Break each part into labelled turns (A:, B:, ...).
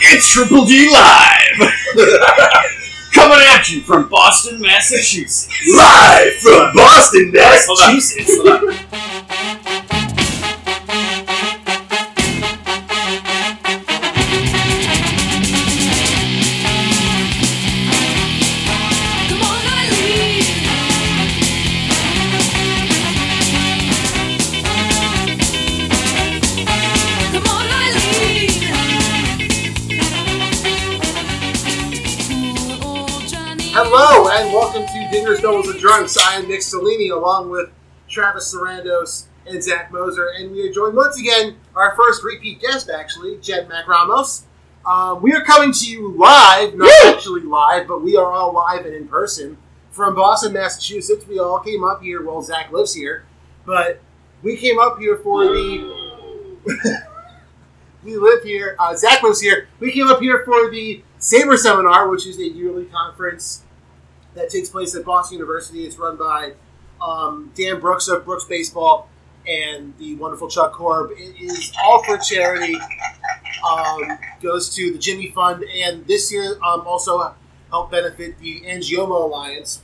A: It's Triple D Live! Coming at you from Boston, Massachusetts.
B: Live from Boston,
A: Massachusetts.
C: Come on, Eileen. Come on, Eileen. Poor old Johnny.
D: Hello and welcome to Dingers, Doubles, and Drunks. I am Nick Cellini along with Travis Sarandos and Zach Moser, and we are joined once again our first repeat guest, actually, Jed Mac Ramos. Um, we are coming to you live, not actually live, but we are all live and in person from Boston, Massachusetts. We all came up here. Well, Zach lives here, but we came up here for the. we live here. Uh, Zach lives here. We came up here for the Saber Seminar, which is a yearly conference that takes place at Boston University. It's run by um, Dan Brooks of Brooks Baseball and the wonderful Chuck Korb. It is all for charity. Um, goes to the Jimmy Fund, and this year um, also helped benefit the Angioma Alliance.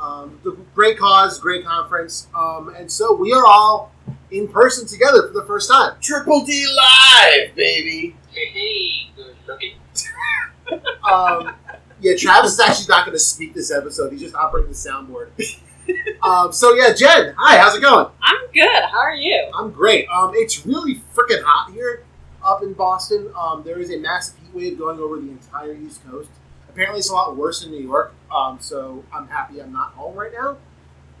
D: Um, the great cause, great conference, um, and so we are all in person together for the first time.
B: Triple D Live, baby.
E: Hey, good looking.
D: Um, yeah, Travis is actually not going to speak this episode. He's just operating the soundboard. um, so yeah, Jen, hi, how's it going?
F: I'm good. How are you?
D: I'm great. Um, it's really freaking hot here up in Boston. Um, there is a massive heat wave going over the entire East Coast. Apparently, it's a lot worse in New York. Um, so I'm happy I'm not home right now.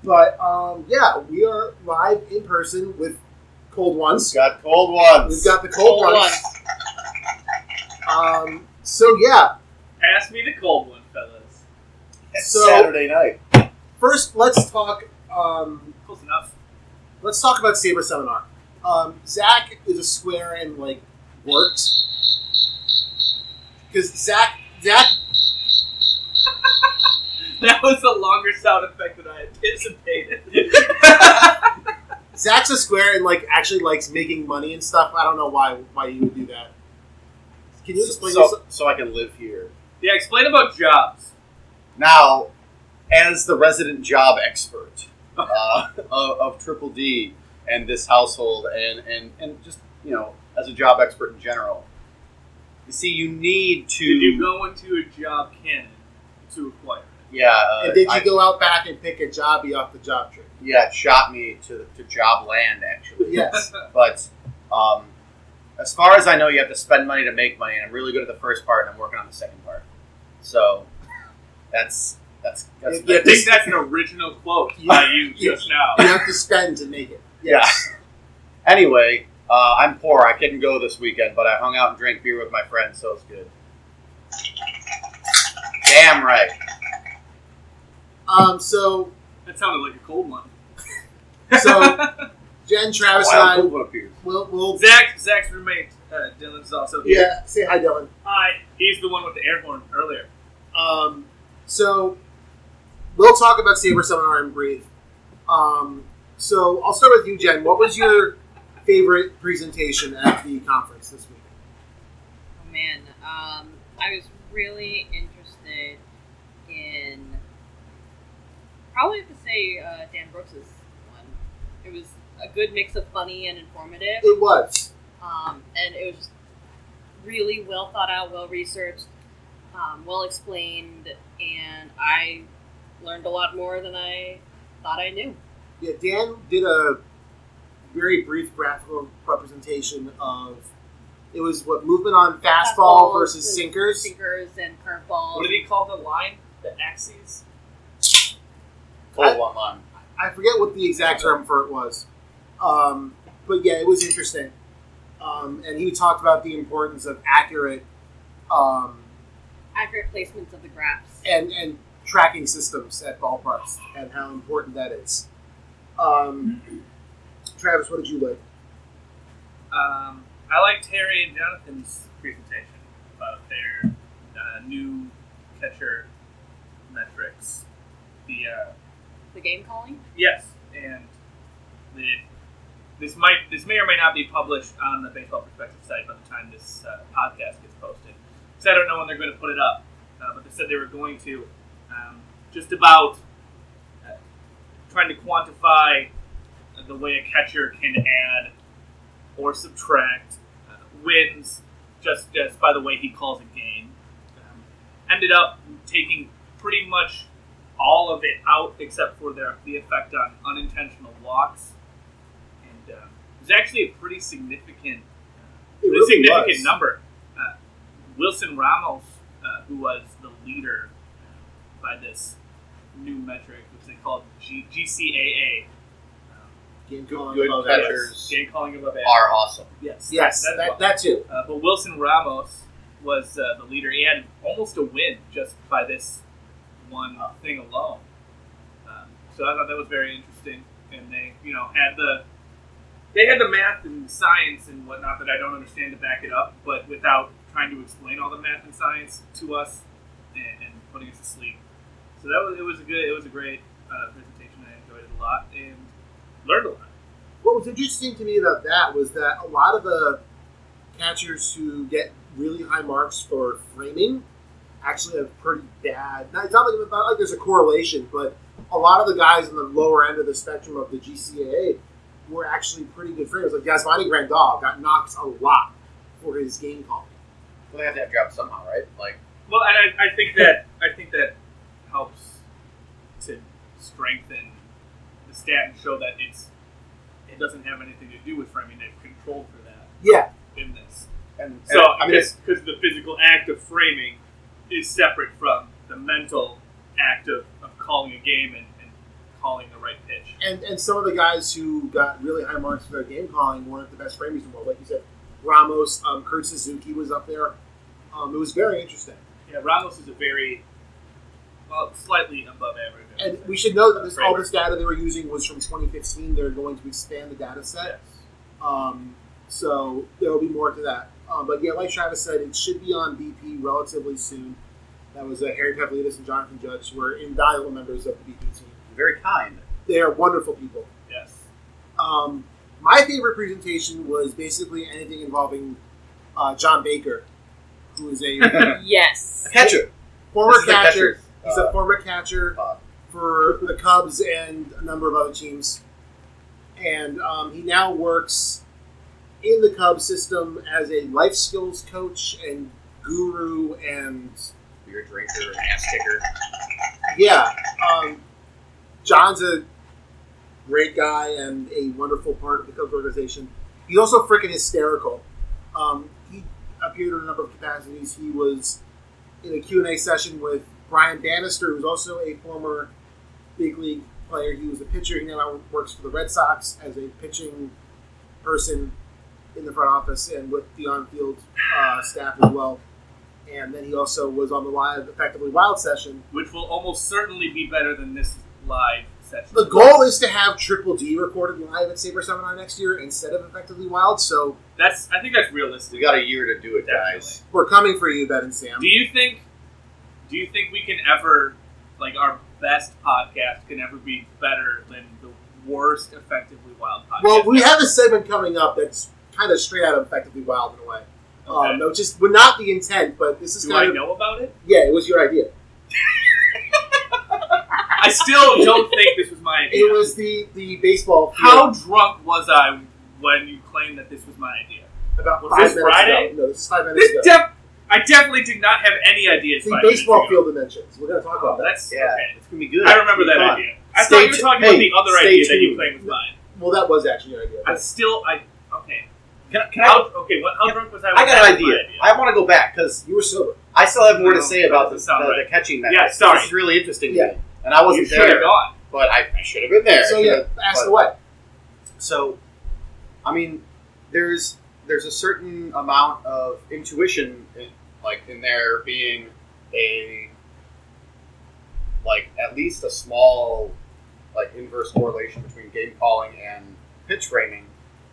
D: But um, yeah, we are live in person with cold ones.
B: Got cold ones.
D: We've got the cold, ones. Um, so yeah,
E: Pass me the cold one, fellas.
B: It's
D: so-
B: Saturday night.
D: first let's talk. Um,
E: Close enough.
D: let's talk about Saber Seminar. Um, Zach is a square and like works because Zach Zach
E: That was a longer sound effect than I anticipated.
D: Zach's a square and like actually likes making money and stuff. I don't know why why you would do that. Can you explain? this?
B: So, so I can live here.
E: yeah, explain about jobs.
B: Now, as the resident job expert uh, of, of Triple D and this household, and, and, and just, you know, as a job expert in general, you see, you need to.
E: Did you go into a job canon to acquire it?
B: Yeah. Uh,
D: and did you
B: I-
D: go out back and pick a jobby off the job tree?
B: Yeah, it shot me to, to job land, actually.
D: Yes.
B: But um, as far as I know, you have to spend money to make money, and I'm really good at the first part, and I'm working on the second part. So that's that's that's
D: Yeah,
E: I think that's an original quote by you just now.
D: you have to spend to make it.
B: yeah. anyway, uh, I'm poor. I couldn't go this weekend, but I hung out and drank beer with my friends, so it's good. Damn right.
D: Um. So
E: That sounded like a cold one.
D: so Jen, Travis,
B: Wild
D: and I
B: Gold One appears.
D: will will
E: Zach, Zach's roommate, uh, Dylan, is also here.
D: yeah say hi, Dylan.
E: Hi. He's the one with the air horn earlier.
D: Um, so we'll talk about Saber Seminar in brief. Um, so I'll start with you, Jen. What was your favorite presentation at the conference this week?
F: Oh man, um, I was really interested in probably have to say uh, Dan Brooks's one. It was a good mix of funny and informative,
D: It was.
F: um, and it was just really well thought out, well researched, um, well explained, and I learned a lot more than I thought I knew.
D: Yeah, Dan did a very brief graphical representation of it was what movement on fastball,
F: Fastballs
D: versus
F: and
D: sinkers.
F: sinkers, and curveballs.
E: What did he call the line? The axes?
B: Cold one line.
D: I forget what the exact term for it was, um, but yeah, it was interesting. Um, and he talked about the importance of accurate um,
F: Accurate placements of the graphs.
D: and and tracking systems at ballparks and how important that is. Um, Travis, what did you like?
E: Um, I like Terry and Jonathan's presentation about their uh, new catcher metrics. The uh,
F: The game calling.
E: yes, and the this might this may or may not be published on the Baseball Perspective site by the time this uh, podcast gets posted. because I don't know when they're going to put it up, uh, but they said they were going to. Um, just about uh, trying to quantify the way a catcher can add or subtract uh, wins just, just by the way he calls a game. Um, ended up taking pretty much all of it out except for their, the effect on unintentional walks. And uh, it was actually a pretty significant,
B: It
E: pretty
B: really
E: significant
B: was.
E: number. Uh, Wilson Ramos, uh, who was the leader uh, by this new metric, which they called G- GCAA. um,
D: Game
B: Good,
D: calling
B: good
D: above average.
B: catchers
E: Game calling above average.
B: are awesome.
E: Yes.
D: Yes,
E: that's
D: that,
E: what-
D: that too.
E: uh, but Wilson Ramos was uh, the leader. He had almost a win just by this one thing alone. Um, so I thought that was very interesting. And they, you know, had the they had the math and science and whatnot that I don't understand to back it up. But without trying to explain all the math and science to us and, and putting us to sleep. So that was it was a good it was a great uh, presentation. I enjoyed it a lot and learned a lot.
D: What was interesting to me about that was that a lot of the catchers who get really high marks for framing actually have pretty bad. Now, it's not like, not like there's a correlation, but a lot of the guys on the lower end of the spectrum of the GCAA were actually pretty good framers. Like Yasmani Grandal got knocked a lot for his game calling.
B: Well, they have to have jobs somehow, right? Like
E: Well, and I, I think that I think that helps to strengthen the stat and show that it's it doesn't have anything to do with framing. They've controlled for that
D: Yeah,
E: in this.
B: and, and
E: So
B: I mean,
E: because
B: it's,
E: because the physical act of framing is separate from the mental act of, of calling a game and, and calling the right pitch.
D: and and some of the guys who got really high marks for their game calling weren't the best framers in the world. Like you said, Ramos, um, Kurt Suzuki was up there. Um, it was very interesting.
E: Yeah, Ramos is a very well, slightly above average. I would
D: And
E: say.
D: we should know that this, all this data they were using was from 2015. They're going to expand the data set. Um, so there will be more to that. Um, but yeah, like Travis said, it should be on BP relatively soon. That was uh, Harry Pavlidis and Jonathan Judge, who are invaluable members of the BP team.
B: very kind.
D: They are wonderful people.
E: yes.
D: Um, my favorite presentation was basically anything involving uh, John Baker, who is a
F: Yes.
B: Catcher.
D: former
B: This is a
D: catcher.
B: catcher's,
D: He's
B: uh,
D: a former catcher
B: uh,
D: for the Cubs and a number of other teams. And um, he now works in the Cubs system as a life skills coach and guru and
B: beer drinker, ass kicker.
D: yeah, um, John's a great guy and a wonderful part of the Cubs organization. He's also freaking hysterical. Um, he appeared in a number of capacities. He was in a Q&A session with Brian Bannister, who's also a former big league player. He was a pitcher. He now works for the Red Sox as a pitching person in the front office and with the on-field uh, staff as well. And then he also was on the live, effectively wild session
E: which will almost certainly be better than this live session.
D: the goal is to have Triple D recorded live at Saber Seminar next year instead of Effectively Wild. So
E: That's I think that's
B: We
E: realistic.
B: got a year to do it, guys.
D: we're coming for you, Ben and Sam.
E: Do you think? Do you think we can ever, like, our best podcast can ever be better than the worst effectively wild podcast?
D: well, we have a segment coming up that's kind of straight out of Effectively Wild in a way.
E: Okay.
D: Um, no, just we're not the intent, but this is
E: Do I
D: kind of
E: know about it?
D: yeah, it was your idea.
E: I still don't think this was my idea.
D: It was the the baseball.
E: How
D: field
E: drunk was I when you claimed that this was my idea?
D: about
E: was
D: five
E: this
D: minutes
E: Friday?
D: ago? No, this is five minutes
E: This
D: ago.
E: def- I definitely did not have any ideas.
D: the
E: five minutes
D: baseball
E: ago.
D: field dimensions. We're gonna talk
E: Oh,
D: about that.
E: that's
B: Yeah.
E: okay.
B: It's gonna be good.
E: I remember that
B: Fun.
E: idea. I
B: Stay
E: thought you were
B: tu-
E: talking
B: hey,
E: about the other
B: stay
E: idea that you
B: tuned.
E: claimed was mine.
D: Well, that was actually your idea.
E: I still, I okay.
B: Can, I- can I?
E: How, okay, what, how drunk was I? when
B: I got
E: that
B: an
E: was my
B: idea. I want to go back because
D: you were sober.
B: I still have more to
E: No,
B: say about
E: that
B: the,
E: doesn't sound
B: the,
E: right.
B: the catching
E: Yeah,
B: method.
E: sorry.
B: This is really interesting.
D: Yeah.
B: To me. And I
E: you
B: wasn't
E: should have
B: there,
E: gone.
B: but I, I should have been there.
D: So
B: I should
D: yeah,
B: have-
D: ask
B: but-
D: away.
B: So, I mean, there's there's a certain amount of intuition, in, like in there being a like at least a small like inverse correlation between game calling and pitch framing.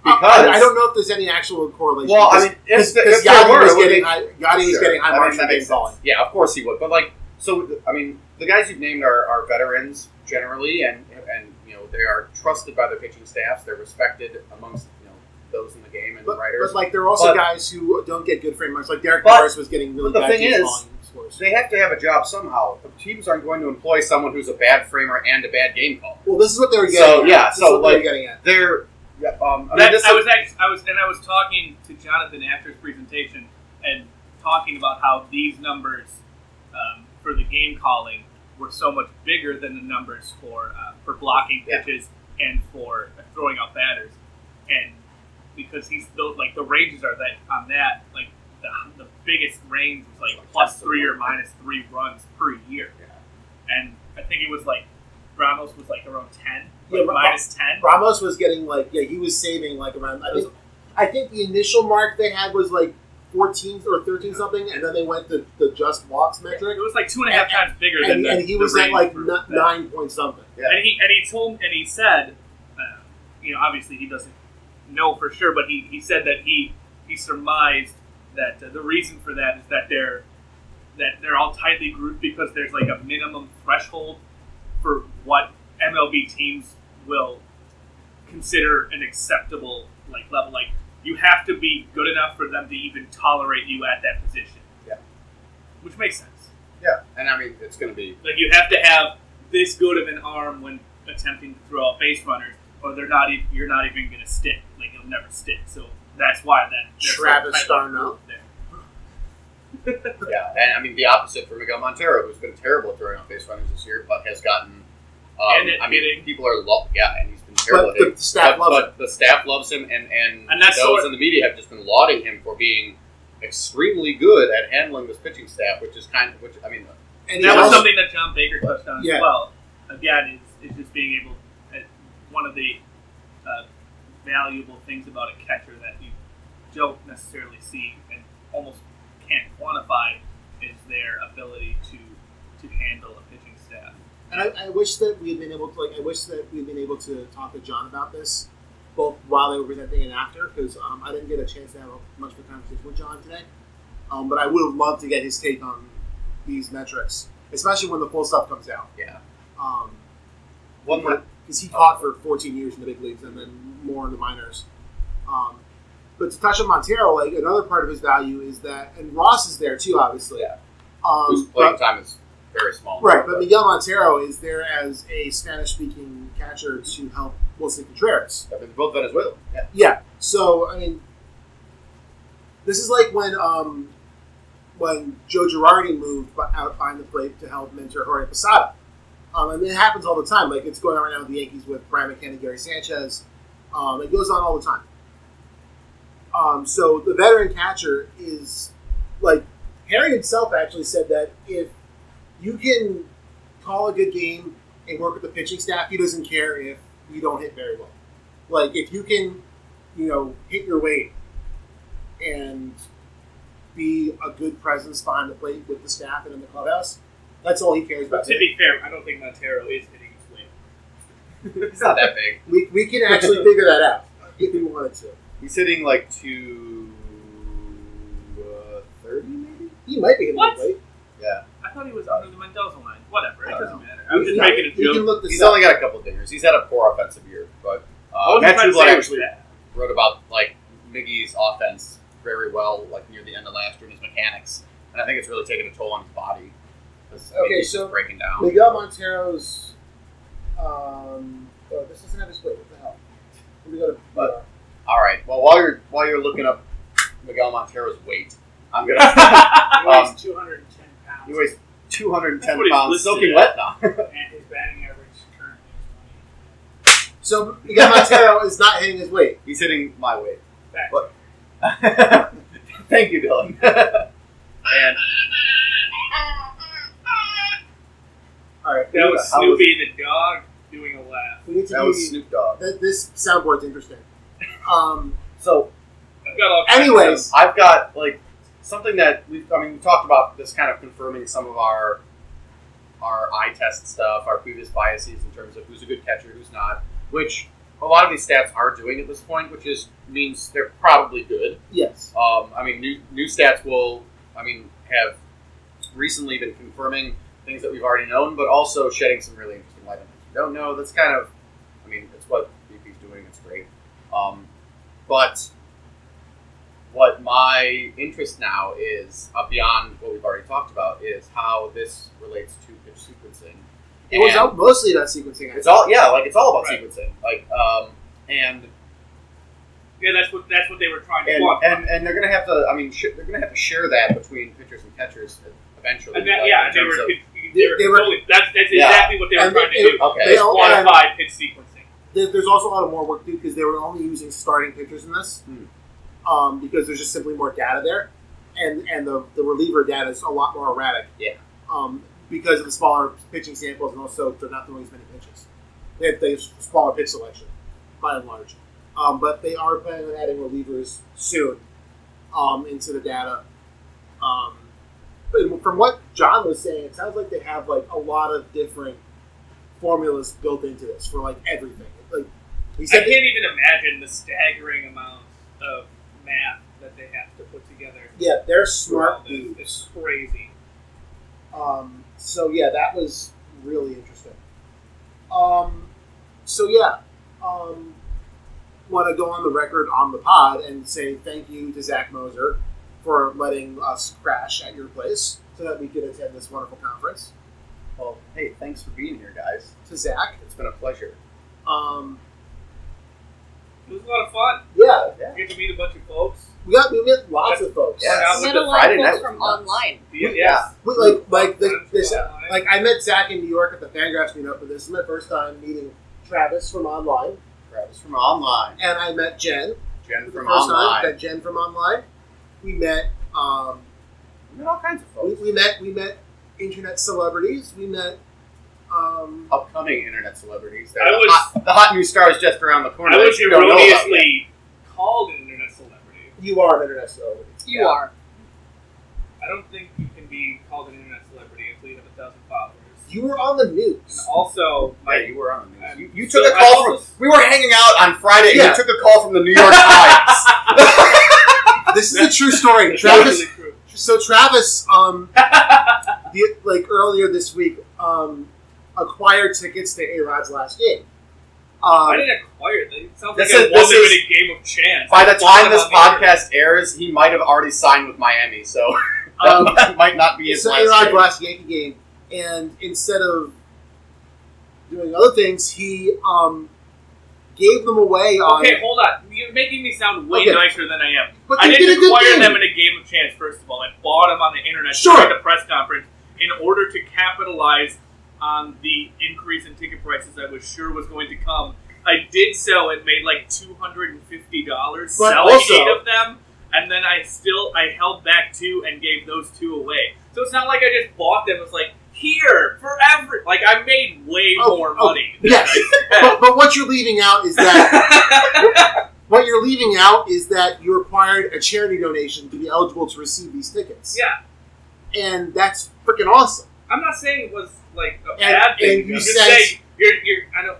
B: Because
D: I, I don't know if there's any actual correlation.
B: Well, I
D: because-
B: mean, if, the-
D: because
B: if there
D: Yachty
B: were,
D: was
B: it would
D: getting
B: be-
D: high, Yachty was
B: Sure.
D: getting high
B: I mean,
D: marks
B: that
D: for
B: makes
D: game calling.
B: sense. Yeah, of course he would. But like, so I mean, the guys you've named are, are veterans generally, and and you know they are trusted by their pitching staffs. They're respected amongst you know those in the game and
D: But,
B: the writers.
D: but like there are also
G: But-
D: guys who don't get good frame marks. Like Derek
G: But-
D: Morris was getting really
B: but the
D: bad
B: thing is-
D: game volume scores.
B: they have to have a job somehow. The teams aren't going to employ someone who's a bad framer and a bad game caller.
D: Well, this is what they were
B: So,
D: getting. at.
B: yeah,
D: This is
B: so,
D: what they were
B: like-
D: getting at.
B: They're yeah, um, I mean,
E: That-
B: this
E: I
B: is-
E: was act- I was and I was talking to Jonathan after his presentation and talking about how these numbers um, for the game calling were so much bigger than the numbers for uh, for blocking
B: Yeah.
E: pitches and for throwing out batters, and because he's still like the ranges are that on that like the, the biggest range was like plus three or minus three runs per year,
B: Yeah.
E: and I think it was like Ramos was like around ten,
D: Yeah,
E: like
D: Ra-
E: minus ten.
D: Ramos was getting like yeah, he was saving like around. I think, I think the initial mark they had was like fourteen or thirteen something, and then they went to the just walks metric,
E: It was like two and a half times bigger than
D: and,
E: the,
D: and he
E: the
D: was at
E: range
D: like
E: for
D: n-
E: that.
D: nine point something.
E: And he and he told and he said, uh, you know, obviously he doesn't know for sure, but he, he said that he he surmised that uh, the reason for that is that they're that they're all tightly grouped because there's like a minimum threshold for what MLB teams will consider an acceptable like level. Like you have to be good enough for them to even tolerate you at that position.
B: Yeah.
E: Which makes sense.
B: yeah, and I mean it's going to be
E: Like you have to have this good of an arm when attempting to throw out base runners, or they're not. Even, you're not even going to stick. Like you'll never stick. So that's why that that's
D: Travis
E: that type of
D: Darno.
E: group there.
B: yeah, and I mean the opposite for Miguel Montero, who's been terrible at throwing out base runners this year, but has gotten. Um,
E: And at
B: I mean,
E: hitting.
B: people are lo- yeah, and he's been terrible
D: But
B: at hitting.
D: the staff
B: but, but
D: loved
B: the staff loves him, and and,
E: And that's
B: those
E: sort-
B: in the media have just been lauding him for being extremely good at handling this pitching staff, which is kind of which I mean,
D: it. And
E: that
D: he
E: was
D: also-
E: something that John Baker touched on
D: Yeah.
E: as well. Again, is, is just being able, uh, one of the uh, valuable things about a catcher that you don't necessarily see and almost can't quantify is their ability to to handle a pitching staff.
D: And I, I wish that we had been able to like I wish that we had been able to talk to John about this, both while they were presenting and after, because um, I didn't get a chance to have a, much of a conversation with John today. Um, but I would have loved to get his take on these metrics, especially when the full stuff comes out.
B: Yeah.
D: Um,
B: one more
D: because he caught for 14 years in the big leagues and then more in the minors. Um, but to touch on Montero, like another part of his value is that, and Ross is there too, obviously.
B: Yeah.
D: Um,
B: whose playing
D: but-
B: time is very small.
D: Right, but Miguel Montero is there as a Spanish speaking catcher to help Wilson Contreras.
B: I mean, they're both Venezuelan. Yeah.
D: Yeah. So I mean this is like when um when Joe Girardi moved bu- out behind the plate to help mentor Jorge Posada. Um, and it happens all the time. Like it's going on right now with the Yankees with Brian McKenna, Gary Sanchez. Um, it goes on all the time. Um, so the veteran catcher is like Harry himself actually said that if you can call a good game and work with the pitching staff, he doesn't care if you don't hit very well. Like if you can, you know, hit your weight and be a good presence behind the plate with the staff and in the clubhouse, that's all he cares
E: But
D: about.
E: to be fair, I don't think Montero is hitting his weight.
B: He's not that big.
D: We, we can actually figure that out if we wanted to.
B: He's hitting like two uh, thirty, maybe.
D: He might be hitting
E: What?
D: the plate.
B: Yeah,
E: I thought he was under the Mendoza line. Whatever, it
B: I don't
E: doesn't
B: know.
E: matter. I was just
D: Yeah,
E: making a
D: You
E: joke.
D: can look this
B: he's
D: up.
B: only got a couple dingers. He's had a poor offensive year, but
E: I
B: uh,
E: wasn't
B: Matt
E: trying to
B: Trueblood
E: say it was
B: actually
E: bad.
B: wrote about like Miggy's offense very well, like near the end of last year, and his mechanics, and I think it's really taken a toll on his body. 'Cause, I mean,
D: Okay,
B: he's
D: so-
B: just breaking down.
D: Miguel Montero's. Um, oh, this doesn't have his plate. What the hell? Let me go to. uh,
B: But- All right. Well, while you're while you're looking up Miguel Montero's weight, I'm gonna.
G: He weighs
B: Um,
G: 210 pounds.
B: he weighs 210
E: That's what he's
B: pounds,
E: listed
B: soaking
E: at.
B: wet now.
G: and his batting average currently is
D: So Miguel Montero is not hitting his weight.
B: He's hitting my weight.
G: 20. Back.
B: What? Thank you, Dylan. and
D: All right,
E: That was
B: I was-
E: Snoopy the dog doing a laugh.
D: we need to
B: that
D: be.
B: was Snoop Dogg.
D: th- this soundboard's interesting. Um,
B: So,
E: I've got all kinds of-
D: anyways,
B: I've got like something that we've. I mean, we talked about this kind of confirming some of our our eye test stuff, our previous biases in terms of who's a good catcher, who's not, which a lot of these stats are doing at this point, which is means they're probably good.
D: yes,
B: Um, I mean, new, new stats will, I mean, have recently been confirming things that we've already known, but also shedding some really interesting light on things we don't know. That's kind of, I mean, it's what BP's doing. It's great. Um, But what my interest now is, uh, beyond what we've already talked about, is how this relates to pitch sequencing.
D: It was
B: And-
D: all mostly about sequencing. I
B: It's all yeah, like it's all about
E: Right.
B: sequencing. Like um and
E: Yeah, that's what that's what they were trying to
B: and,
E: quantify.
B: and and they're gonna have to. I mean, sh- they're gonna have to share that between pitchers and catchers eventually.
E: And that,
B: like,
E: yeah,
B: in
E: they were,
B: terms of-
E: they were,
D: They were-
E: totally- that's, that's
B: Yeah.
E: exactly what they were
D: And
E: trying
D: it-
E: to do.
B: okay.
D: They all-
E: Quantify pitch sequencing.
D: there- there's also a lot of more work to do because they were only using starting pitchers in this
B: Hmm.
D: um, because there's just simply more data there and and the, the reliever data is a lot more erratic
B: Yeah.
D: um, because of the smaller pitching samples and also they're not throwing as many pitches they have, they have smaller pitch selection by and large um, but they are planning on adding relievers soon um, into the data um, but from what John was saying it sounds like they have like a lot of different formulas built into this for like everything like he
E: I
D: said
E: can't even imagine the staggering amount of math that they have to put together.
D: Yeah, they're
E: for all
D: smart
E: this.
D: dudes.
E: It's crazy.
D: Um, so yeah, that was really interesting. Um, so yeah, um, want to go on the record on the pod and say thank you to Zach Moser for letting us crash at your place so that we could attend this wonderful conference.
B: well, hey, thanks for being here, guys.
D: To Zach,
B: It's been a pleasure.
D: um,
E: It was a lot of fun.
D: yeah,
B: Yeah.
E: You get to meet a bunch of folks.
D: we got we met lots of folks.
B: Yeah.
E: Yes.
F: Middle
B: Friday
F: life
B: night
F: from
B: was nuts.
F: online.
E: Yes.
B: Yeah.
D: We- like like the,
E: Friends
D: this
E: from online.
D: like I met Zach in New York at the Fangraphs meetup, but this is my first time meeting Travis from online,
B: Travis from online.
D: and I met Jen
B: Jen from
D: the first
B: online.
D: time that Jen from online. We met um,
B: We met all kinds of
D: we,
B: folks.
D: we met we met internet celebrities. We met um,
B: Upcoming internet celebrities. That
E: I
B: the,
E: was-
B: hot, the hot new star is just around the corner.
E: I
B: that
E: was
B: you don't know about yet.
E: erroneously called an internet celebrity.
D: you are an internet celebrity.
F: You
B: Yeah.
F: are.
E: I don't think you can be called an internet celebrity until you have a thousand followers.
D: You were on the
E: And
D: news.
E: also, my
B: Yeah, you were on the news.
E: I'm-
B: You, you
E: so
B: took a
E: I
B: call
E: also-
B: from. We were hanging out on Friday,
D: Yeah.
B: and you took a call from the New York Times.
D: This is a true story.
E: That's
D: Travis.
E: really true.
D: So Travis, um, the, like earlier this week, um, acquired tickets to A Rod's last game.
E: I
D: Um,
E: didn't acquire it. It sounds
B: This
E: like
B: is-
E: I won
B: this
E: them
B: is-
E: in a game of chance.
B: By the
E: I won
B: time
E: them
B: this
E: on the internet.
B: podcast airs, he might have already signed with Miami, so
D: um,
B: that might not be his
D: It's A
B: last
D: Rod
B: game.
D: last Yankee game, and instead of doing other things, he um, gave them away on.
E: Okay, hold on. You're making me sound way
D: Okay.
E: nicer than I am.
D: but they
E: I
D: did, a
E: didn't
D: good
E: acquire
D: thing.
E: them in a game of chance, first of all. I bought them on the internet
D: Sure.
E: during the press conference in order to capitalize on the increase in ticket prices I was sure was going to come. I did sell it, made like two hundred and fifty dollars
D: But
E: selling
D: also-
E: eight of them, and then I still I held back two and gave those two away. So it's not like I just bought them. It's like here for every like I made way
D: Oh,
E: more
D: oh,
E: money. than
D: yes.
E: I
D: but, but what you're leaving out is that
E: spent.
D: what you're leaving out is that you required a charity donation to be eligible to receive these tickets.
E: yeah.
D: and that's freaking awesome.
E: I'm not saying it was like a
D: And-
E: bad thing.
D: and you
E: I'm just
D: said-
E: saying you're, you're. I don't.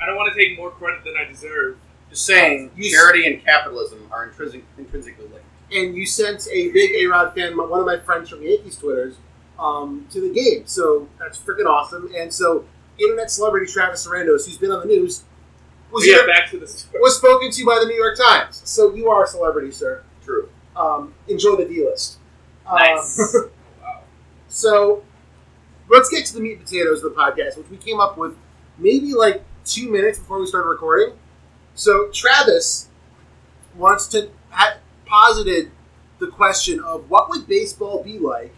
E: I don't want to take more credit than I deserve.
B: Just saying,
D: You s-
B: charity and capitalism are intrinsic, intrinsically linked.
D: And you sent a big A Rod fan, my- one of my friends from Yankees Twitters, um, to the game. So that's freaking awesome. And so internet celebrity Travis Sarandos, who's been on the news, was
E: yeah,
D: your-
E: back to the story.
D: was spoken to by the New York Times. So you are a celebrity, sir.
B: True.
D: Um, enjoy the D list.
E: Nice. wow.
D: So let's get to the meat and potatoes of the podcast, which we came up with maybe like two minutes before we started recording. So Travis wants to ha- posited the question of what would baseball be like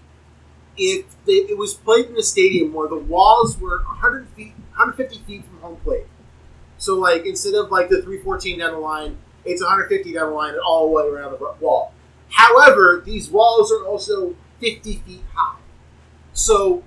D: if they, it was played in a stadium where the walls were 100 feet, 150 feet from home plate. So like instead of like the 314 down the line, it's 150 down the line and all the way around the wall. However, these walls are also 50 feet high. So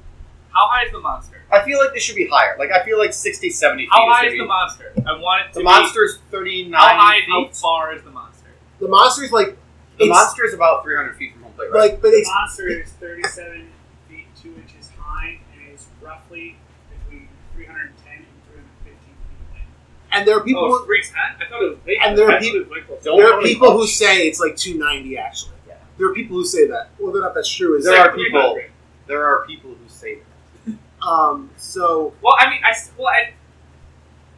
E: How high is the monster?
B: I feel like this should be higher. Like, I feel like 60, 70 feet
E: How
B: is
E: high
B: gonna
E: is
B: be-
E: the monster? I want it to
B: The monster's
E: be.
B: 39
E: How high? How
B: feet.
E: far is the monster?
D: Oh, the monster's like
B: The
D: it's-
B: monster is about 300 feet from home plate, right?
D: like, but
G: The
D: it's
G: monster is 37 feet 2 inches high and is roughly between 310 and 315 feet wide.
D: and there are people
E: oh,
D: who,
E: it's three ten. I thought it was big.
D: And there are
E: I thought it was way closer.
B: Don't
D: there
B: tell
D: are
B: me
D: people
B: much.
D: who say it's like 290 actually.
B: Yeah.
D: There are people who say that. Whether or not that's true is
E: It's
B: there
E: like
B: are people-
E: 300.
B: There are people who say that.
D: um so
E: Well, I mean, I s- well, I,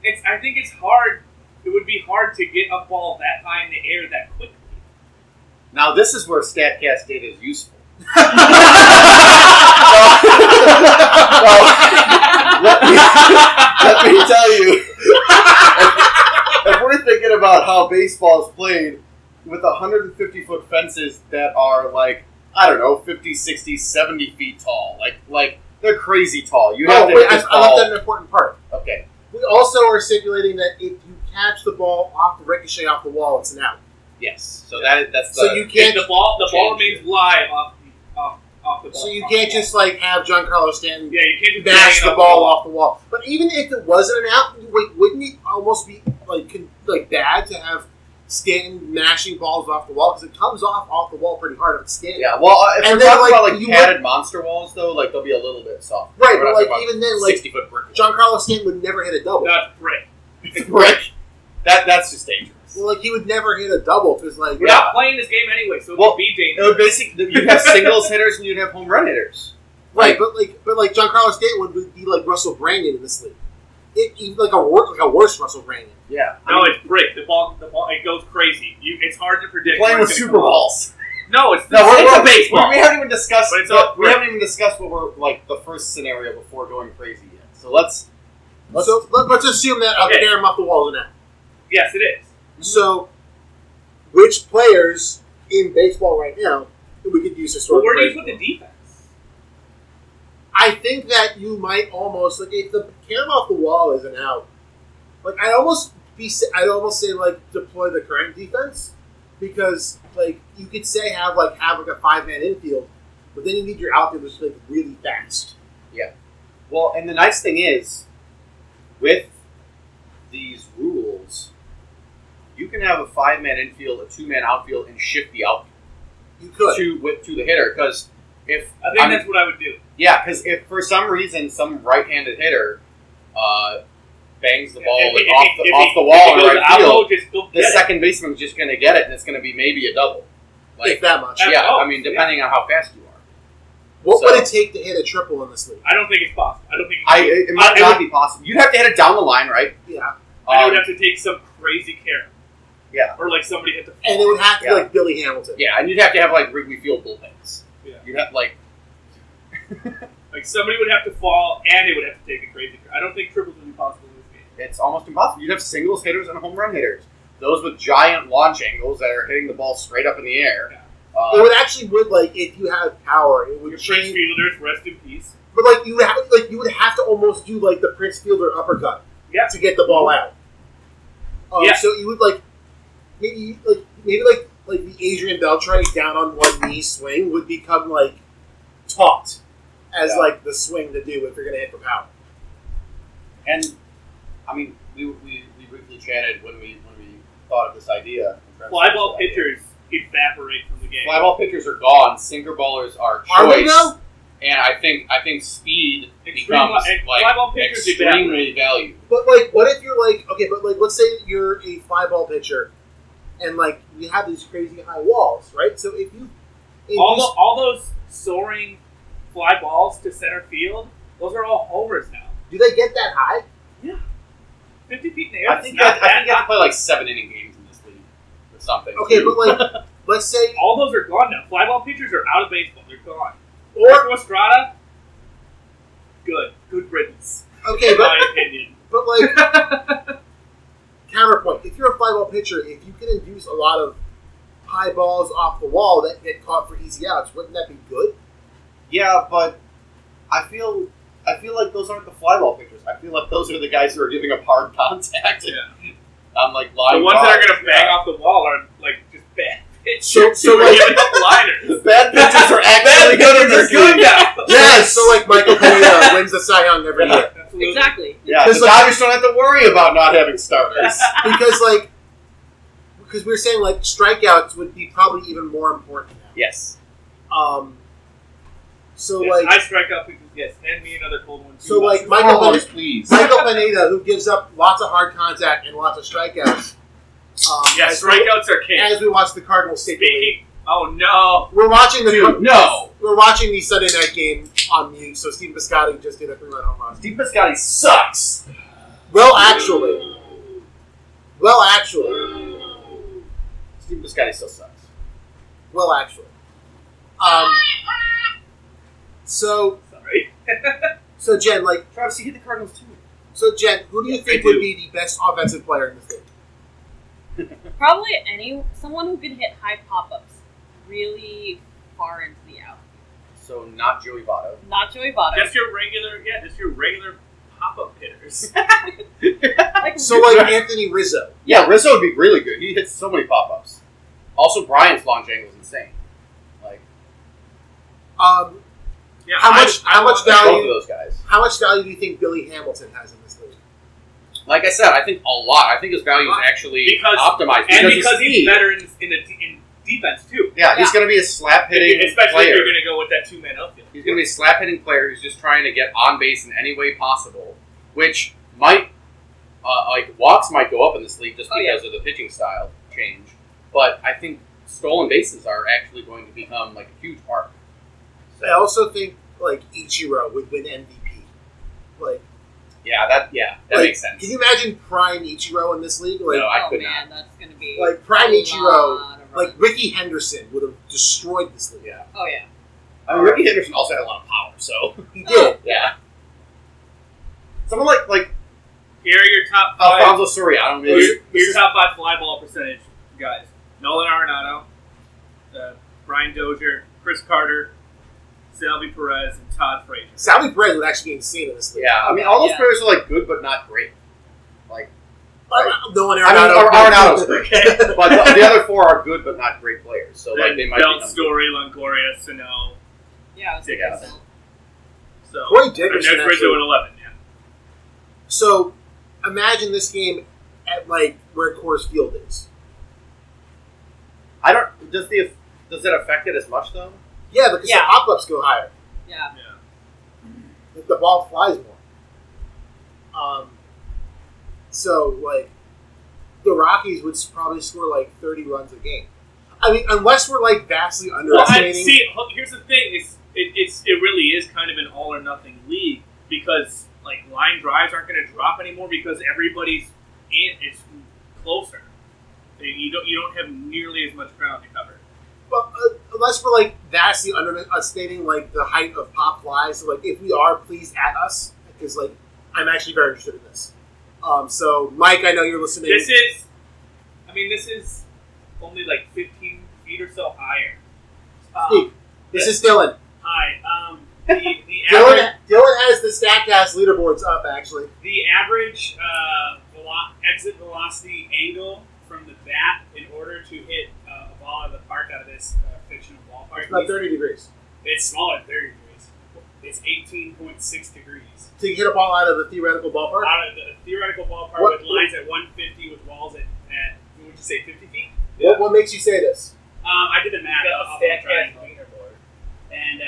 E: it's. I think it's hard it would be hard to get a ball that high in the air that quickly.
B: Now this is where Statcast data is useful. let, me, let me tell you, if, if we're thinking about how baseball is played with 150 foot fences that are like I don't know 50, 60, 70 feet tall, like like they're crazy tall. You have
D: oh,
B: to
D: wait,
B: hit
D: I,
B: this
D: I left
B: ball-
D: out an important part.
B: Okay,
D: We also are stipulating that if you catch the ball off the ricochet off the wall, it's an out.
B: yes. So that that's
D: So
B: the-
D: you
E: If
D: can't.
E: the ball the ball
B: Change.
E: remains live off the off, off the ball.
D: So you can't just like have Giancarlo Stanton
E: yeah you can't just
D: bash
E: bang it
D: the
E: off
D: ball off the wall. But even if it wasn't an out, wait, wouldn't it almost be like con- like bad to have Stanton mashing balls off the wall because it comes off off the wall pretty hard if it's Stanton.
B: Yeah, well, uh, if
D: And
B: we're
D: then,
B: talking
D: like,
B: about like
D: you
B: padded monster walls, though, like they'll be a little bit soft.
D: Right, but like even then, like
B: sixty foot brick.
D: Giancarlo Stanton would never hit a double.
E: That's brick.
B: brick. That that's just dangerous.
D: Well, like he would never hit a double because like
E: We're
B: Yeah.
E: not playing this game anyway, so it
B: Well,
E: would be
B: It
E: dangerous.
B: would basically you'd have singles hitters and you'd have home run hitters.
D: right, but like but like Giancarlo Stanton would be like Russell Brandon in this league, it, even, like a wor- like a worse Russell Brandon.
B: Yeah,
E: No, it's brick. The ball, the ball, it goes crazy. You, it's hard to predict.
B: playing
E: where
B: with
E: it's gonna
B: super
E: come off.
B: balls.
E: No, it's
B: No, we're,
E: it's
B: we're-
E: a baseball.
B: We, we haven't even discussed.
E: But it's
B: what-
E: not
B: we
E: brick.
B: haven't even discussed what we're like the first scenario before going crazy yet. So let's let's
D: so let, let's assume that I'll
E: Okay.
D: tear him off the wall now.
E: yes, it is.
D: So, which players in baseball right now we could use
E: But
D: historical?
E: where do you
D: players
E: put the
D: for?
E: defense?
D: I think that you might almost like if the cam off the wall is an out. Like I almost be, sa- I'd almost say like deploy the current defense because like you could say have like have like a five man infield, but then you need your outfielders to like really fast.
B: Well, and the nice thing is, with these rules, you can have a five man infield, a two man outfield, and shift the outfield
D: You could.
B: to with to the hitter. Because if
E: I think
B: I'm-
E: that's what I would do.
B: yeah, because if for some reason some right handed hitter uh, bangs the ball
E: If-
B: like,
E: if-
B: off
E: if-
B: the
E: if
B: off
E: he-
B: the
E: if he
B: wall
E: goes
B: in right
E: out
B: field,
E: low, just go
B: the
E: get it.
B: second baseman's just going to get it, and it's going to be maybe a double.
D: if
B: Like
D: that much.
E: That-
B: yeah,
E: oh,
B: I mean depending on how fast you are.
D: What
B: so-
D: would it take to hit a triple in this league?
E: I don't think it's possible. I don't think.
B: I it, it
E: I-
B: might
E: it
B: not
E: would-
B: be possible. You'd have to hit it down the line, right?
D: Yeah,
E: I
B: Um,
E: would have to take some crazy care.
B: Yeah.
E: Or like somebody hit the.
D: and it would have to be
B: Yeah.
D: like Billy Hamilton.
B: Yeah, and you'd have to have like Wrigley Field bullpens.
E: Yeah.
B: You'd have like
E: Like somebody would have to fall, and it would have to take a crazy care. I don't think triples would be possible in this game.
B: it's almost impossible. You'd have singles hitters and home run hitters. Those with giant launch angles that are hitting the ball straight up in the air.
D: It
B: Uh,
D: would actually would like if you have power, it would
E: Your
D: change
E: French fielders, rest in peace.
D: But like you would have, like you would have to almost do like the Prince Fielder uppercut,
E: Yeah.
D: to get the ball out. Um,
E: Yeah.
D: So you would like maybe like maybe like like the Adrian Beltre down on one knee swing would become like taught as
B: Yeah.
D: like the swing to do if you're gonna hit for power.
B: and I mean, we, we, we briefly chatted when we when we thought of this idea.
E: Fly ball pitchers evaporate from the game.
B: Fly ball pitchers are gone. Sinker ballers are choice.
D: Are we though?
B: And I think I think speed
E: Extreme
B: becomes
E: li- and fly
B: like
E: ball pitchers
B: extremely valued.
D: But like, what if you're like okay, but like let's say that you're a fly ball pitcher, and like you have these crazy high walls, right? So if you if
E: all,
D: you-
E: tho- all those soaring fly balls to center field, those are all homers now.
D: do they get that high?
E: 50 feet in the air.
B: I
E: it's
B: think
E: not
B: I, I
E: that
B: think you have to play like seven inning games in this league or something.
D: Okay,
B: too.
D: but like let's say
E: high. all those are gone now. Fly ball pitchers are out of baseball. They're gone.
D: or
E: Marco Estrada, good. Good riddance,
D: okay,
E: in
D: but
E: my opinion.
D: But like counterpoint, if you're a fly ball pitcher, if you can induce a lot of high balls off the wall that get caught for easy outs, wouldn't that be good?
B: Yeah, but I feel I feel like those aren't the flyball pictures. I feel like those are the guys who are giving up hard contact.
E: Yeah.
B: I'm like lying.
E: The ones that are going
B: bars,
E: to bang off the wall are like just bad pitchers.
D: So- so,
E: who are
D: like-
E: giving up liners.
B: yeah. Bad pitchers are actually good in
E: They're
B: this
E: good
B: league.
E: now.
B: Yes.
D: So like Michael Pineda wins the Cy Young every year
E: Absolutely.
F: Exactly.
B: Yeah,
D: Because,
B: the
D: like-
B: Dodgers don't have to worry about not having starters.
D: because like because we were saying like strikeouts would be probably even more important.
B: yes.
D: Um. So
E: Yes,
D: like
E: I strike out people. Yes, hand me another cold one. too.
D: so like Michael
B: Oh,
D: Pineda,
B: please.
D: Michael Pineda who gives up lots of hard contact and lots of strikeouts. Um,
E: yeah,
D: as we-
E: strikeouts are king.
D: As we watch the Cardinals take the lead.
E: Speaking. Oh no.
D: We're watching the
B: Dude, no.
D: We're watching the Sunday night game on mute, so Steve Piscotty just did a three run home run.
B: Steve Piscotty sucks.
D: Well, actually, Well, actually,
B: Steve Biscotti still sucks.
D: well, actually. Um. So,
E: Sorry.
D: so Jen, like,
B: Travis, he hit the Cardinals too.
D: so Jen, who do you
A: I
D: think
A: do.
D: would be the best offensive player in this league?
F: Probably any someone who can hit high pop ups really far into the out.
B: So not Joey Votto.
F: Not Joey Votto.
E: Just your regular, yeah, just your regular pop-up hitters.
F: like,
D: So, like Anthony Rizzo.
B: Yeah, Rizzo would be really good. He hits so many pop ups. Also, Brian's long jangle is insane. Like
D: Um,
E: Yeah,
D: how
E: I-
D: much? How much
B: both of
D: value?
B: those guys.
D: How much value do you think Billy Hamilton has in this league?
B: Like I said, I think a lot. I think his value is actually
E: Because-
B: optimized
E: and
B: of
E: because he's
B: speed.
E: better in, in, the, de- in defense too.
B: Yeah, he's going to be a slap hitting
E: Especially
B: player.
E: if you're going to go with that two-man outfield.
B: He's going to be a slap hitting player who's just trying to get on base in any way possible, which might, uh, like, walks might go up in this league just
F: Oh, yeah.
B: because of the pitching style change. But I think stolen bases are actually going to become, like, a huge part.
D: I also think like Ichiro would win MVP. Like,
B: Yeah, that yeah, that
D: like,
B: makes sense.
D: Can you imagine prime Ichiro in this league? Like,
B: no, I
F: oh
B: could
F: man, that's gonna be
D: like prime
F: a
D: Ichiro.
F: lot of
D: Like
F: runs.
D: Ricky Henderson would have destroyed this league. Yeah.
F: oh yeah,
B: not. I mean, Ricky Henderson also had a lot of power, so
D: He did.
B: yeah. Someone like like
E: Here are your top five.
B: Alfonso Soriano,
E: Your,
B: maybe.
E: your top five fly ball percentage guys: Nolan Arenado, uh, Brian Dozier, Chris Carter, Salvi Perez, and Todd Frazier.
D: Salvi Perez would actually be insane in this league.
B: Yeah, I mean, all those
F: Yeah.
B: players are like good but not great.
D: Ar- No one
B: I mean,
D: Arenado.
B: Ar- Arenado's great, but the, the other four are good but not great players. So like they
E: Then
B: might
E: Belt,
B: become
E: Story, Longoria, Sano.
F: yeah. I was
E: Dig
F: thinking
B: out.
F: so.
E: So
D: Corey
E: and there's
D: Dickerson.
E: Rizzo at
D: actually-
E: eleven. Yeah.
D: So imagine this game at like where Coors Field is.
B: I don't. Does the does it affect it as much though?
D: Yeah, because the
F: Yeah.
D: pop ups go higher.
F: Yeah,
E: yeah.
D: Like the ball flies more. Um. So like, the Rockies would s- probably score like thirty runs a game. I mean, unless we're like vastly
E: Well, I,
D: underestimating.
E: see, look, here's the thing: it's it, it's it really is kind of an all or nothing league because like line drives aren't going to drop anymore because everybody's in is closer. And You don't you don't have nearly as much ground to cover.
D: Well, uh, unless we're like vastly underestimating uh, like the height of pop flies. So, like if we are, please at us because like I'm actually very interested in this. Um, so Mike, I know you're listening.
E: This is, I mean, this is only like 15 feet or so higher. Uh,
D: Steve,
G: Um,
D: this is Dylan.
G: hi. Um,
E: The, the average,
D: Dylan. Dylan has the Statcast leaderboards up actually.
G: the average uh, velo- exit velocity angle from the bat in order to hit uh, a ball out of the park out of this uh, fictional ballpark.
D: About
G: is-
D: 30 degrees.
G: It's smaller than 30 degrees. It's 18.6 degrees.
D: To hit a ball out of the theoretical ballpark.
G: Out of the theoretical ballpark
D: What-
G: with lines at 150 with walls at, at what would you say, 50 feet?
D: What, what makes you say this?
G: Um, I did the math.
E: the
G: off of the
E: stat
G: triangle.
E: leaderboard.
G: And uh,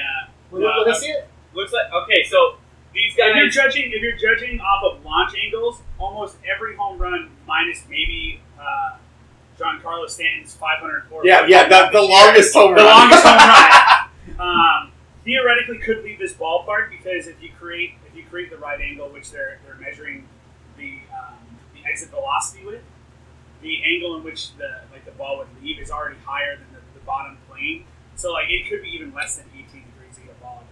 D: Let me-
G: Uh,
D: let me see it.
E: Looks like okay, so these
G: if you're
E: guys.
G: judging, if you're judging off of launch angles, almost every home run, minus maybe uh, John Carlos Stanton's 504.
B: home
G: the longest home run. Um, theoretically, could leave this ballpark because if you create if you create the right angle, which they're they're measuring the um, the exit velocity with, the angle in which the like the ball would leave is already higher than the, the bottom plane. So like it could be even less than 18 degrees to get a ball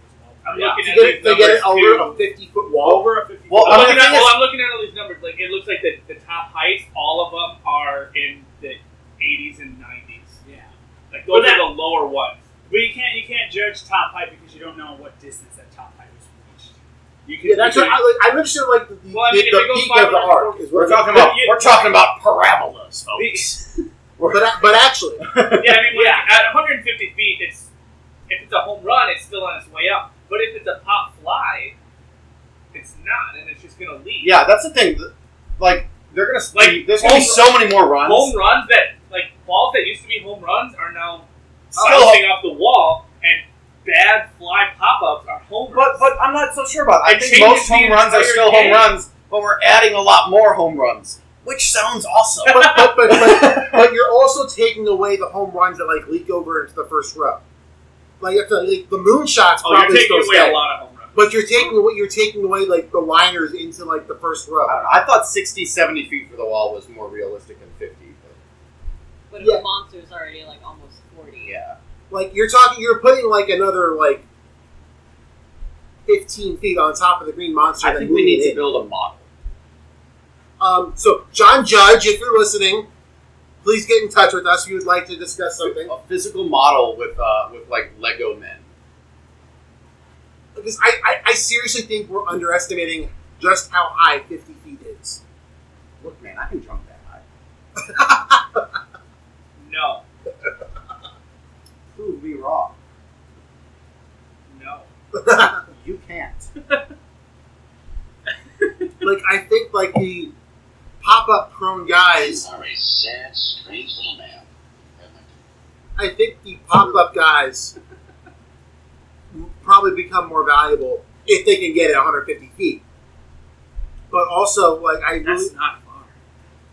E: I'm
G: into this ballpark.
E: looking
D: To get
E: at these
D: it, to get it
E: numbers,
D: over
E: too.
D: a 50 foot wall.
G: Over a 50.
B: Well,
E: I'm
B: I mean,
E: looking,
B: the
E: at,
B: thing is-
E: well, I'm looking at all these numbers. Like it looks like the, the top heights, all of them are in the 80s and 90s.
G: yeah.
E: Like
G: But
E: those
G: that-
E: are the lower ones.
G: But you can't you can't judge top height because you don't know what distance that top height was reached. You can
D: Yeah, that's what I,
G: judge-
D: like, I'm interested in like the, the,
E: Well, I mean, if
D: the
E: it goes
D: peak of the
E: 540
D: arc. Is what
B: We're
D: I'm-
B: talking about we're talking about parabolas, folks.
D: But, a- but actually,
E: yeah, I mean, like, at 150 feet, it's if it's a home run, it's still on its way up. But if it's a pop fly, it's not, and it's just going to leave.
B: Yeah, that's the thing. th- Like they're gonna
E: Like,
B: there's gonna be
E: home-
B: so many more runs.
E: home runs that like balls that used to be home runs are now
B: Still-
E: bouncing off the wall, and bad fly pop ups are home
B: But
E: runs.
B: but I'm not so sure about. It. I
E: It
B: think most
E: changes
B: home
E: the
B: runs are
E: entire
B: still home
E: game.
B: runs, but we're adding a lot more home runs, which sounds awesome.
D: but, but, but, but, but you're also taking away the home runs that like leak over into the first row. Like, you have to, like the moonshots
E: oh, you're
D: probably
E: taking
D: still
E: away
D: stay.
E: a lot of home runs.
D: But you're taking away, you're taking away like the liners into like the first row.
B: I, don't know. I thought 60, 70 feet for the wall was more realistic than 50. But
F: But if
D: Yeah.
F: the monster's already like almost forty,
B: yeah.
D: Like you're talking, you're putting like another like fifteen feet on top of the green monster.
B: I
D: that
B: think we
D: moved
B: need
D: it
B: to
D: in.
B: build a model.
D: Um, so John Judge, if you're listening, please get in touch with us if you would like to discuss something.
B: A physical model with, uh, with like Lego men.
D: Because I, I, I seriously think we're underestimating just how high fifty feet is.
B: Look, man, I can jump that high.
E: No,
B: Prove me wrong.
E: no.
B: You can't.
D: Like I think like the pop up prone guys.
H: are a sad, strange little man.
D: I think the pop up guys probably become more valuable if they can get it 150 feet. But also, like I really,
E: That's not far.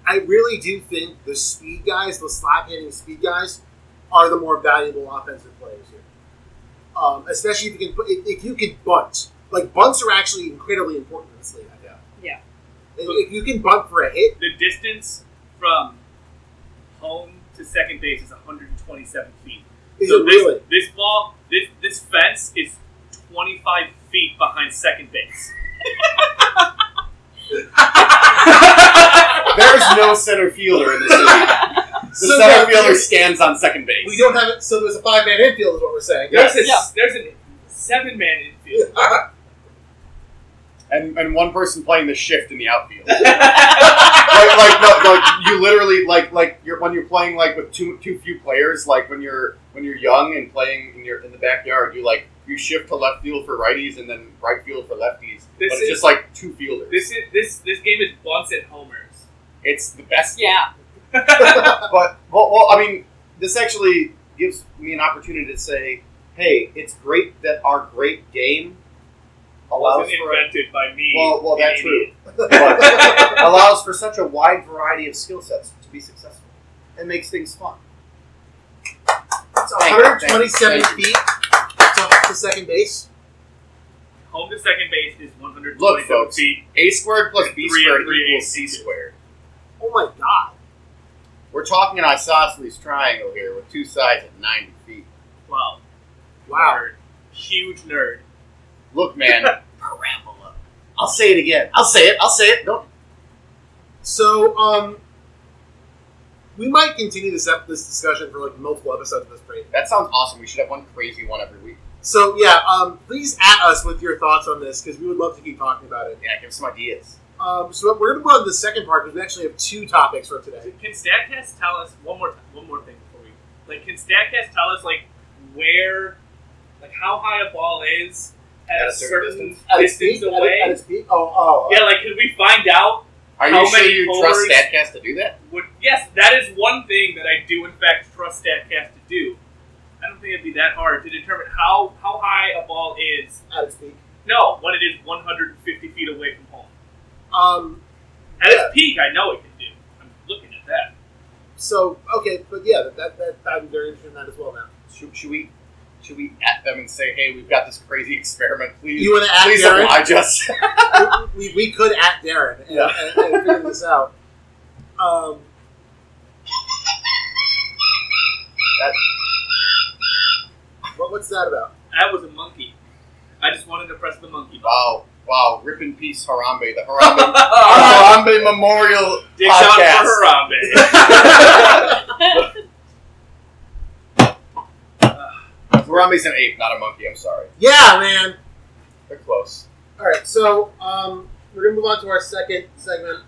D: I really do think the speed guys, the slap hitting speed guys, are the more valuable offensive players here. Um, especially if you can put- if, if you can bunt. Like bunts are actually incredibly important in this league. I think.
F: Yeah.
D: If if you can bunt for a hit,
E: The distance from home to second base is 127 feet.
D: is
E: so
D: it
E: this,
D: really?
E: This ball, this this fence is 25 feet behind second base.
B: There is no center fielder in this league. The
D: So
B: center
D: that-
B: fielder stands on second base.
D: We don't have it. So there's a five man infield, is what we're saying.
E: There's a
B: Yeah.
E: there's a seven man infield.
B: and and one person playing the shift in the outfield. like, like, no, like you literally like like you're when you're playing like with too too few players. Like when you're when you're young and playing in your in the backyard, you like you shift to left field for righties and then right field for lefties.
E: This
B: but it's
E: is-
B: just like two fielders.
E: This is this this game is bunts and homers.
B: it's the best.
F: yeah,
B: but well, well, I mean, this actually gives me an opportunity to say, hey, it's great that our great game allows
E: Wasn't
B: for.
E: invented by me.
B: Well, well,
E: an
B: that's
E: idiot.
B: true. But allows for such a wide variety of skill sets to be successful and makes things fun.
D: It's
B: Thank you, thank you,
D: 127
B: thank you.
D: feet to, to second base.
E: Home to second base is 127
B: Look, folks.
E: feet.
B: A squared plus B
E: Three
B: squared
E: and three
B: equals
E: eighths
B: C
E: inches.
B: squared.
D: Oh my god!
B: We're talking an isosceles triangle here with two sides at 90 feet.
E: Wow.
D: Wow.
E: Nerd. Huge nerd.
B: Look, man, parabola. I'll say it again. I'll say it. I'll say it. Don't.
D: So, um, we might continue this ep- this discussion for like multiple episodes of this break.
B: That sounds awesome. We should have one crazy one every week.
D: So yeah, um, please at us with your thoughts on this because we would love to keep talking about it.
B: Yeah, give us some ideas.
D: Um, so we're gonna go on to the second part because we actually have two topics for today.
E: Can Statcast tell us one more one more thing before we like? Can Statcast tell us like where, like how high a ball is at, a certain, distance, away?
D: At its peak? Oh, oh.
E: yeah, like could we find out?
B: Are you
E: How
B: sure
E: many
B: you
E: homers-
B: trust Statcast to do that?
E: Would yes, that is one thing that I do in fact trust Statcast to do. I don't think it'd be that hard to determine how how high a ball is.
D: At its peak.
E: No, when it is 150 feet away from home.
D: Um,
E: At
D: Yeah.
E: its peak, I know it can do. I'm looking at that.
D: so okay, but yeah, that, that I'm very interested in that as well now.
B: Should, should we? Should we at them and say, "Hey, we've got this crazy experiment. Please,
D: You want to add
B: please
D: Darren?
B: oblige us."
D: we, we could at Darren and,
B: Yeah.
D: and, and figure this out. Um, what, what's that about?
E: That was a monkey. I just wanted to press the monkey button.
B: Wow, wow. Rip in peace, Harambe. The Harambe, Harambe Memorial
E: Dick out
B: Podcast.
E: for Harambe.
B: Harambe's an ape, not a monkey. I'm sorry.
D: Yeah, man.
B: They're close.
D: All right, so um, we're gonna move on to our second segment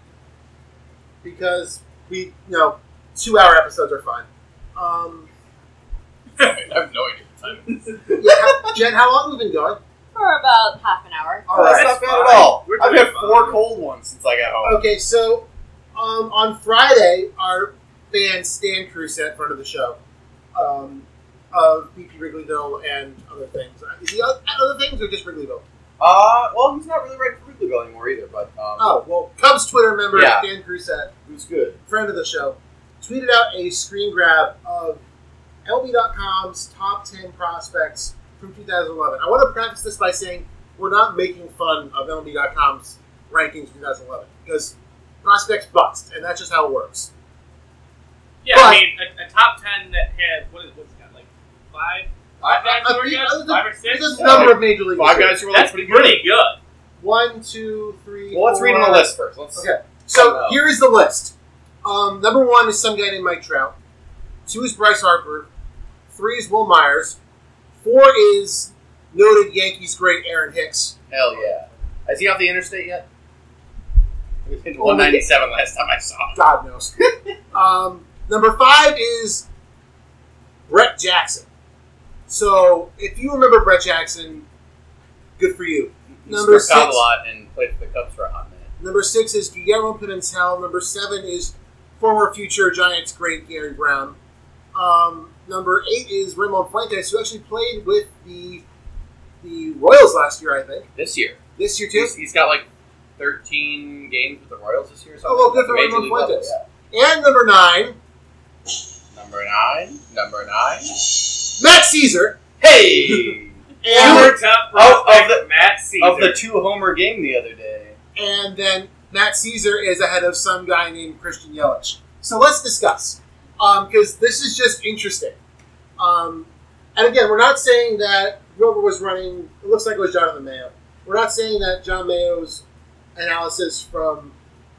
D: because we, you know, two-hour episodes are fine. Um,
B: I have no idea what time it is.
D: yeah, how- Jen, how long have we been going?
F: for about half an hour.
D: All right.
B: That's not
E: That's
B: bad at
E: fine.
B: all.
E: We're
B: I've
E: doing
B: had
E: fine.
B: four cold ones since I got home.
D: Okay, so um, on Friday, our fan Stan Cruz sat in front of the show um, of BP Wrigleyville and other things. Uh, Is the other, other things or just Wrigleyville?
B: Uh, well, he's not really right for Wrigleyville anymore either, but um,
D: Oh, well, Cubs Twitter member
B: Yeah.
D: Stan Cruz sat,
B: it was good.
D: friend of the show, tweeted out a screen grab of LB.com's top 10 prospects from 2011. I want to preface this by saying we're not making fun of MLB.com's rankings in 2011 because prospects bust, and that's just how it works.
E: Yeah,
D: But-
E: I mean, a, a top ten that had what is what's it got like five,
D: I,
E: five guys who were good, five or six.
D: there's a number of major league
B: Five
D: hitters.
B: guys who were like
E: That's
B: pretty
E: pretty
B: good.
E: good.
D: One, two, three.
B: Well, let's
D: four.
B: read them the list first. Let's
D: Okay. So
B: Wow.
D: here is the list. Um, number one is some guy named Mike Trout. Two is Bryce Harper. Three is Will Myers. Four is noted Yankees great Aaron Hicks.
B: hell yeah. Is he off the interstate yet? He was hitting
D: Oh, yeah.
B: 197 last time I saw him.
D: God knows. um, number five is Brett Jackson. So if you remember Brett Jackson, good for you.
B: He
D: Number
B: struck out
D: six.
B: a lot and played for the Cubs for a hot minute.
D: Number six is Guillermo Pimentel. Number seven is former future Giants great Gary Brown. Um, number eight is Raymond Fuentes, who actually played with the the Royals last year, I think.
B: This year,
D: This year too.
B: he's, he's got like 13 games with the Royals this year. or
D: Oh, well,
B: something.
D: good for
B: Major
D: Raymond
B: league level,
D: Fuentes.
B: yeah.
D: And number nine,
B: Number nine, number nine.
D: Matt Caesar.
B: Hey,
D: And,
E: Former top
B: Oh, of
E: prospect
B: the-
E: Matt Caesar.
B: of the two homer game the other day.
D: and then Matt Caesar is ahead of some guy named Christian Yelich. So let's discuss because this is just interesting. Um, and again, we're not saying that Rover was running. It looks like it was Jonathan Mayo. We're not saying that John Mayo's analysis from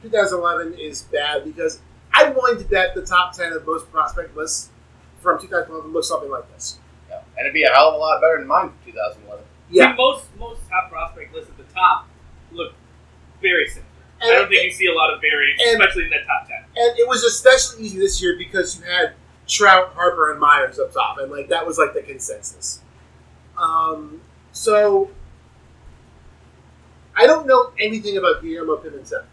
D: 2011 is bad because I'm willing to bet the top 10 of most prospect lists from 2011 look something like this.
B: Yeah. And it'd be a hell of a lot better than mine from 2011.
E: I mean,
D: Yeah,
E: most most top prospect lists at the top look very similar. I
D: And-
E: don't think you see a lot of variance,
D: and-
E: especially in that top ten.
D: and it was especially easy this year because you had Trout, Harper, and Myers up top, and like that was like the consensus. Um, so I don't know anything about Guillermo Pimentel.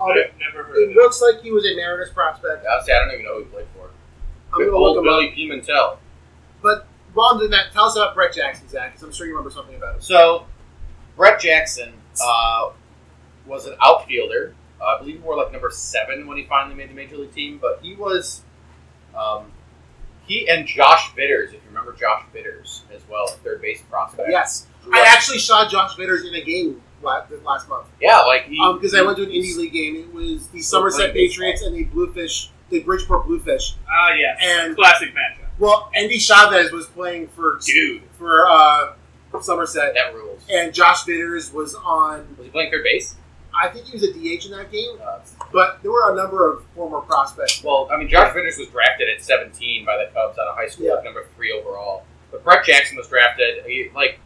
D: Um,
E: I've never heard
D: It
E: of it.
D: looks like he was a Mariners prospect.
B: Honestly, I don't even know who he played for.
D: I'm gonna
B: Old
D: look him up.
B: Billy Pimentel.
D: But while I'm doing that, tell us about Brett Jackson, Zach, because I'm sure you remember something about him.
B: So, Brett Jackson uh, was an outfielder. Uh, I believe he wore like number seven when he finally made the major league team. But he was, um, he and Josh Bitters, if you remember Josh Bitters as well, third base prospect.
D: Yes,
B: Drew
D: I
B: up-
D: actually saw Josh Vitters in a game last, last month
B: yeah, like he
D: because Um, I went to an
B: he-
D: indie league game. It was the
B: So playing
D: Somerset
B: baseball.
D: Patriots and the Bluefish, the Bridgeport Bluefish.
E: Ah, yes,
D: And-
E: classic matchup.
D: Well, Andy Chavez was playing for
B: Dude,
D: for uh, Somerset,
B: that rules.
D: and Josh Vitters was on.
B: Was he playing third base?
D: I think he was a DH in that game,
B: Uh,
D: but there were a number of former prospects.
B: Well, I mean, Josh Vitters was drafted at 17 by the Cubs out of high school,
D: Yeah.
B: like number three overall. But Brett Jackson was drafted he- like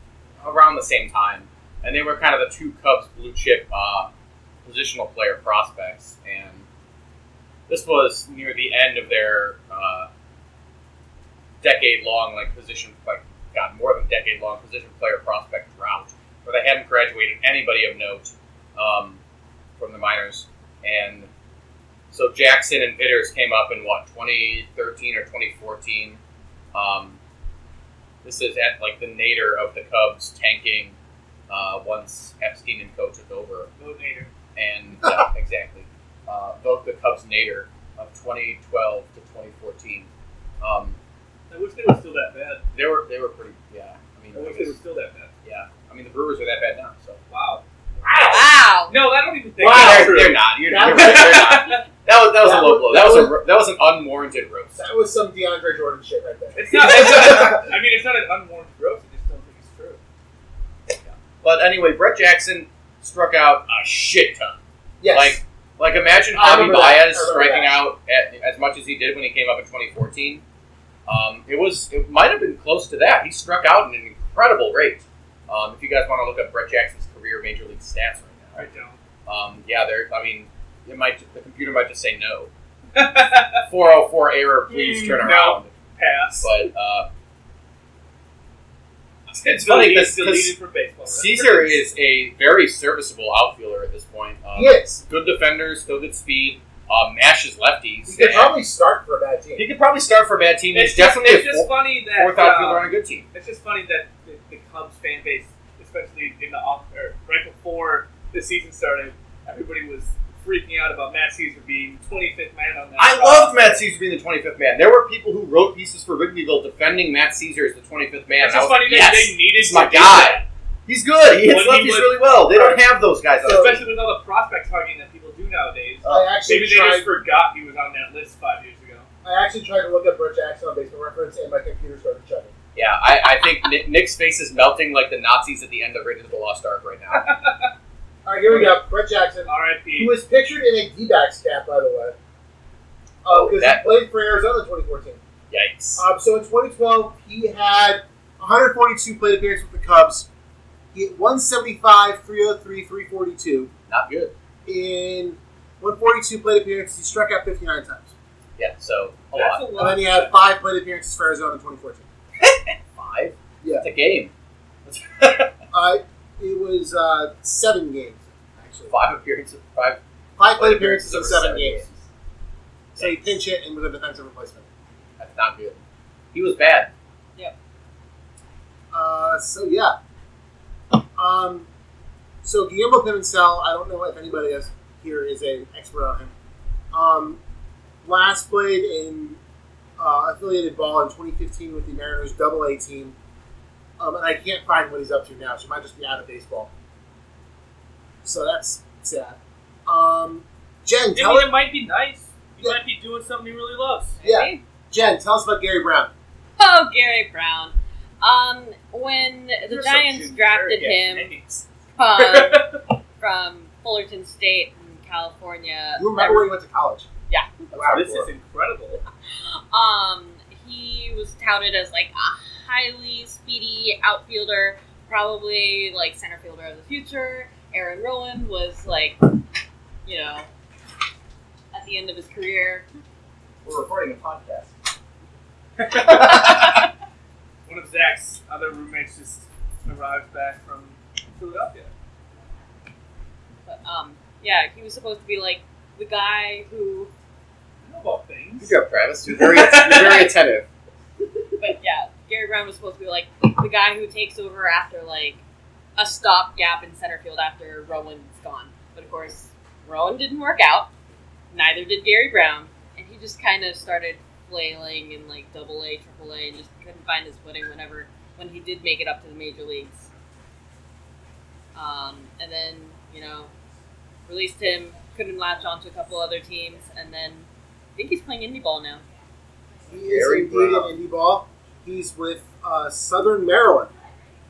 B: around the same time, and they were kind of the two Cubs blue chip uh, positional player prospects. And this was near the end of their uh, decade long, like position, like God, more than decade long position player prospect drought, where they hadn't graduated anybody of note um, from the minors, and so Jackson and Bitters came up in what 2013 or 2014. Um, this is at like the nadir of the Cubs tanking uh, once Epstein and Co took over,
E: Go Nader.
B: and yeah, exactly uh, both the Cubs nadir of 2012 to 2014. Um,
E: I wish they were still that bad.
B: they were they were pretty yeah. I mean
E: I wish
B: it
E: they were
B: was-
E: still that bad.
B: yeah. I mean the Brewers are that bad now. So
E: Wow.
F: Wow.
E: No, I don't even think
B: they're,
E: that's
B: they're
E: true.
B: not. You're,
D: That
B: you're
D: was-
B: right, they're not. That was that was
D: That
B: a low
D: was-
B: blow.
D: that
B: That was
D: was-
B: a, ro- that was an unwarranted roast.
D: That was some DeAndre Jordan shit right there.
E: It's not. It's not I mean, it's not an unwarranted growth. I just don't think it's true.
B: But anyway, Brett Jackson struck out a shit ton.
D: Yes,
B: Like, like imagine
D: I
B: Javi
D: remember that.
B: Baez
D: I remember
B: striking
D: that.
B: out at, as much as he did when he came up in 2014. Um, it was it might have been close to that. He struck out at an incredible rate. Um, if you guys want to look up Brett Jackson's career major league stats
E: I
B: right
E: don't.
B: now, um, yeah, there. I mean, it might the computer might just say no. 404 error, please turn
E: Mm, no.
B: around.
E: Pass.
B: But uh, it's funny
E: Deleted-
B: because
E: deleted for baseball.
B: Caesar is a very serviceable outfielder at this point. Um,
D: he is.
B: good defender, still good speed. Uh, mashes
D: He
B: lefties.
D: could
B: and-
D: probably start for a bad team.
B: he could probably start for a bad team. He's
E: It's just,
B: definitely
E: it's
B: a
E: just
B: four-
E: funny that
B: fourth
E: uh,
B: outfielder on a good team.
E: It's just funny that the, the Cubs fan base, especially in the off or right before the season started, everybody was freaking out about Matt Caesar being 25th man on that.
B: I
E: roster.
B: loved Matt Caesar being the 25th man. There were people who wrote pieces for Wrigleyville defending Matt Caesar as the 25th man.
E: It's
B: and I
E: just
B: was
E: funny
B: like, yes,
E: that they needed
B: he's my
E: to do
B: guy.
E: that.
B: He's good. He hits
E: When
B: lefties
E: he would-
B: really well. They don't have those guys. on the
E: especially with all the prospect hugging that people do nowadays.
B: Uh,
D: I actually
E: Maybe they
D: tried.
E: just forgot he was on that list five years ago.
D: I actually tried to look up Brett Jackson on Baseball Reference, and my computer started shutting.
I: Yeah, I, I think Ni- Nick's face is melting like the Nazis at the end of Raiders of the Lost Ark right now.
D: All right, here we go. Brett Jackson, who
E: R.I.P.
D: was pictured in a D-backs cap, by the way. Oh, because he
I: that-
D: played for Arizona in 2014.
I: Yikes.
D: Um, so in 2012, he had 142 plate appearances with the Cubs. He hit 175, 303, 342.
I: Not good.
D: In 142 plate appearances, he struck out 59 times.
I: Yeah, so a
E: That's
I: lot.
E: a lot.
D: And then he had five plate appearances for Arizona in 2014.
I: Five?
D: Yeah.
I: It's a game.
D: Uh, it was uh, seven games, actually.
I: Five appearances, five
D: Five plate appearances in
I: over
D: seven games. So he pinch hit and was a defensive replacement.
I: That's not good. He was bad.
D: Uh, so yeah. Um, so Guillermo Pimentel, I don't know if anybody else here is an expert on him. Um, last played in uh, affiliated ball in 2015 with the Mariners Double A team, um, and I can't find what he's up to now. So he might just be out of baseball. So that's sad. Um, Jen,
E: Maybe
D: tell
E: it might be nice. He
D: Yeah.
E: might be doing something he really loves.
D: yeah, Jen, tell us about Gary Brown.
F: Oh, Gary Brown. Um, when the
E: You're so
F: Giants
E: cute. Very
F: drafted
E: good
F: him
E: names.
F: from, from Fullerton State in California,
D: You remember where he went to college?
F: Yeah.
D: Wow,
E: This is incredible.
F: um, he was touted as like a highly speedy outfielder, probably like center fielder of the future. Aaron Rowan was like, you know, at the end of his career.
B: We're recording a podcast.
E: One of Zach's other roommates just arrived back from Philadelphia.
F: But um, yeah, he was supposed to be like the guy who
E: I know about things.
I: job, Travis.
B: You're very, you're very attentive.
F: But yeah, Gary Brown was supposed to be like the guy who takes over after like a stop gap in center field after Rowan's gone. But of course, Rowan didn't work out. Neither did Gary Brown, and he just kind of started flailing in like double A, triple A, and just couldn't find his footing whenever when he did make it up to the major leagues. Um, and then you know, released him. Couldn't latch onto a couple other teams, and then I think he's playing indie ball now.
D: He is
I: Gary
D: indeed
I: Brown.
D: in indie ball. He's with uh, Southern Maryland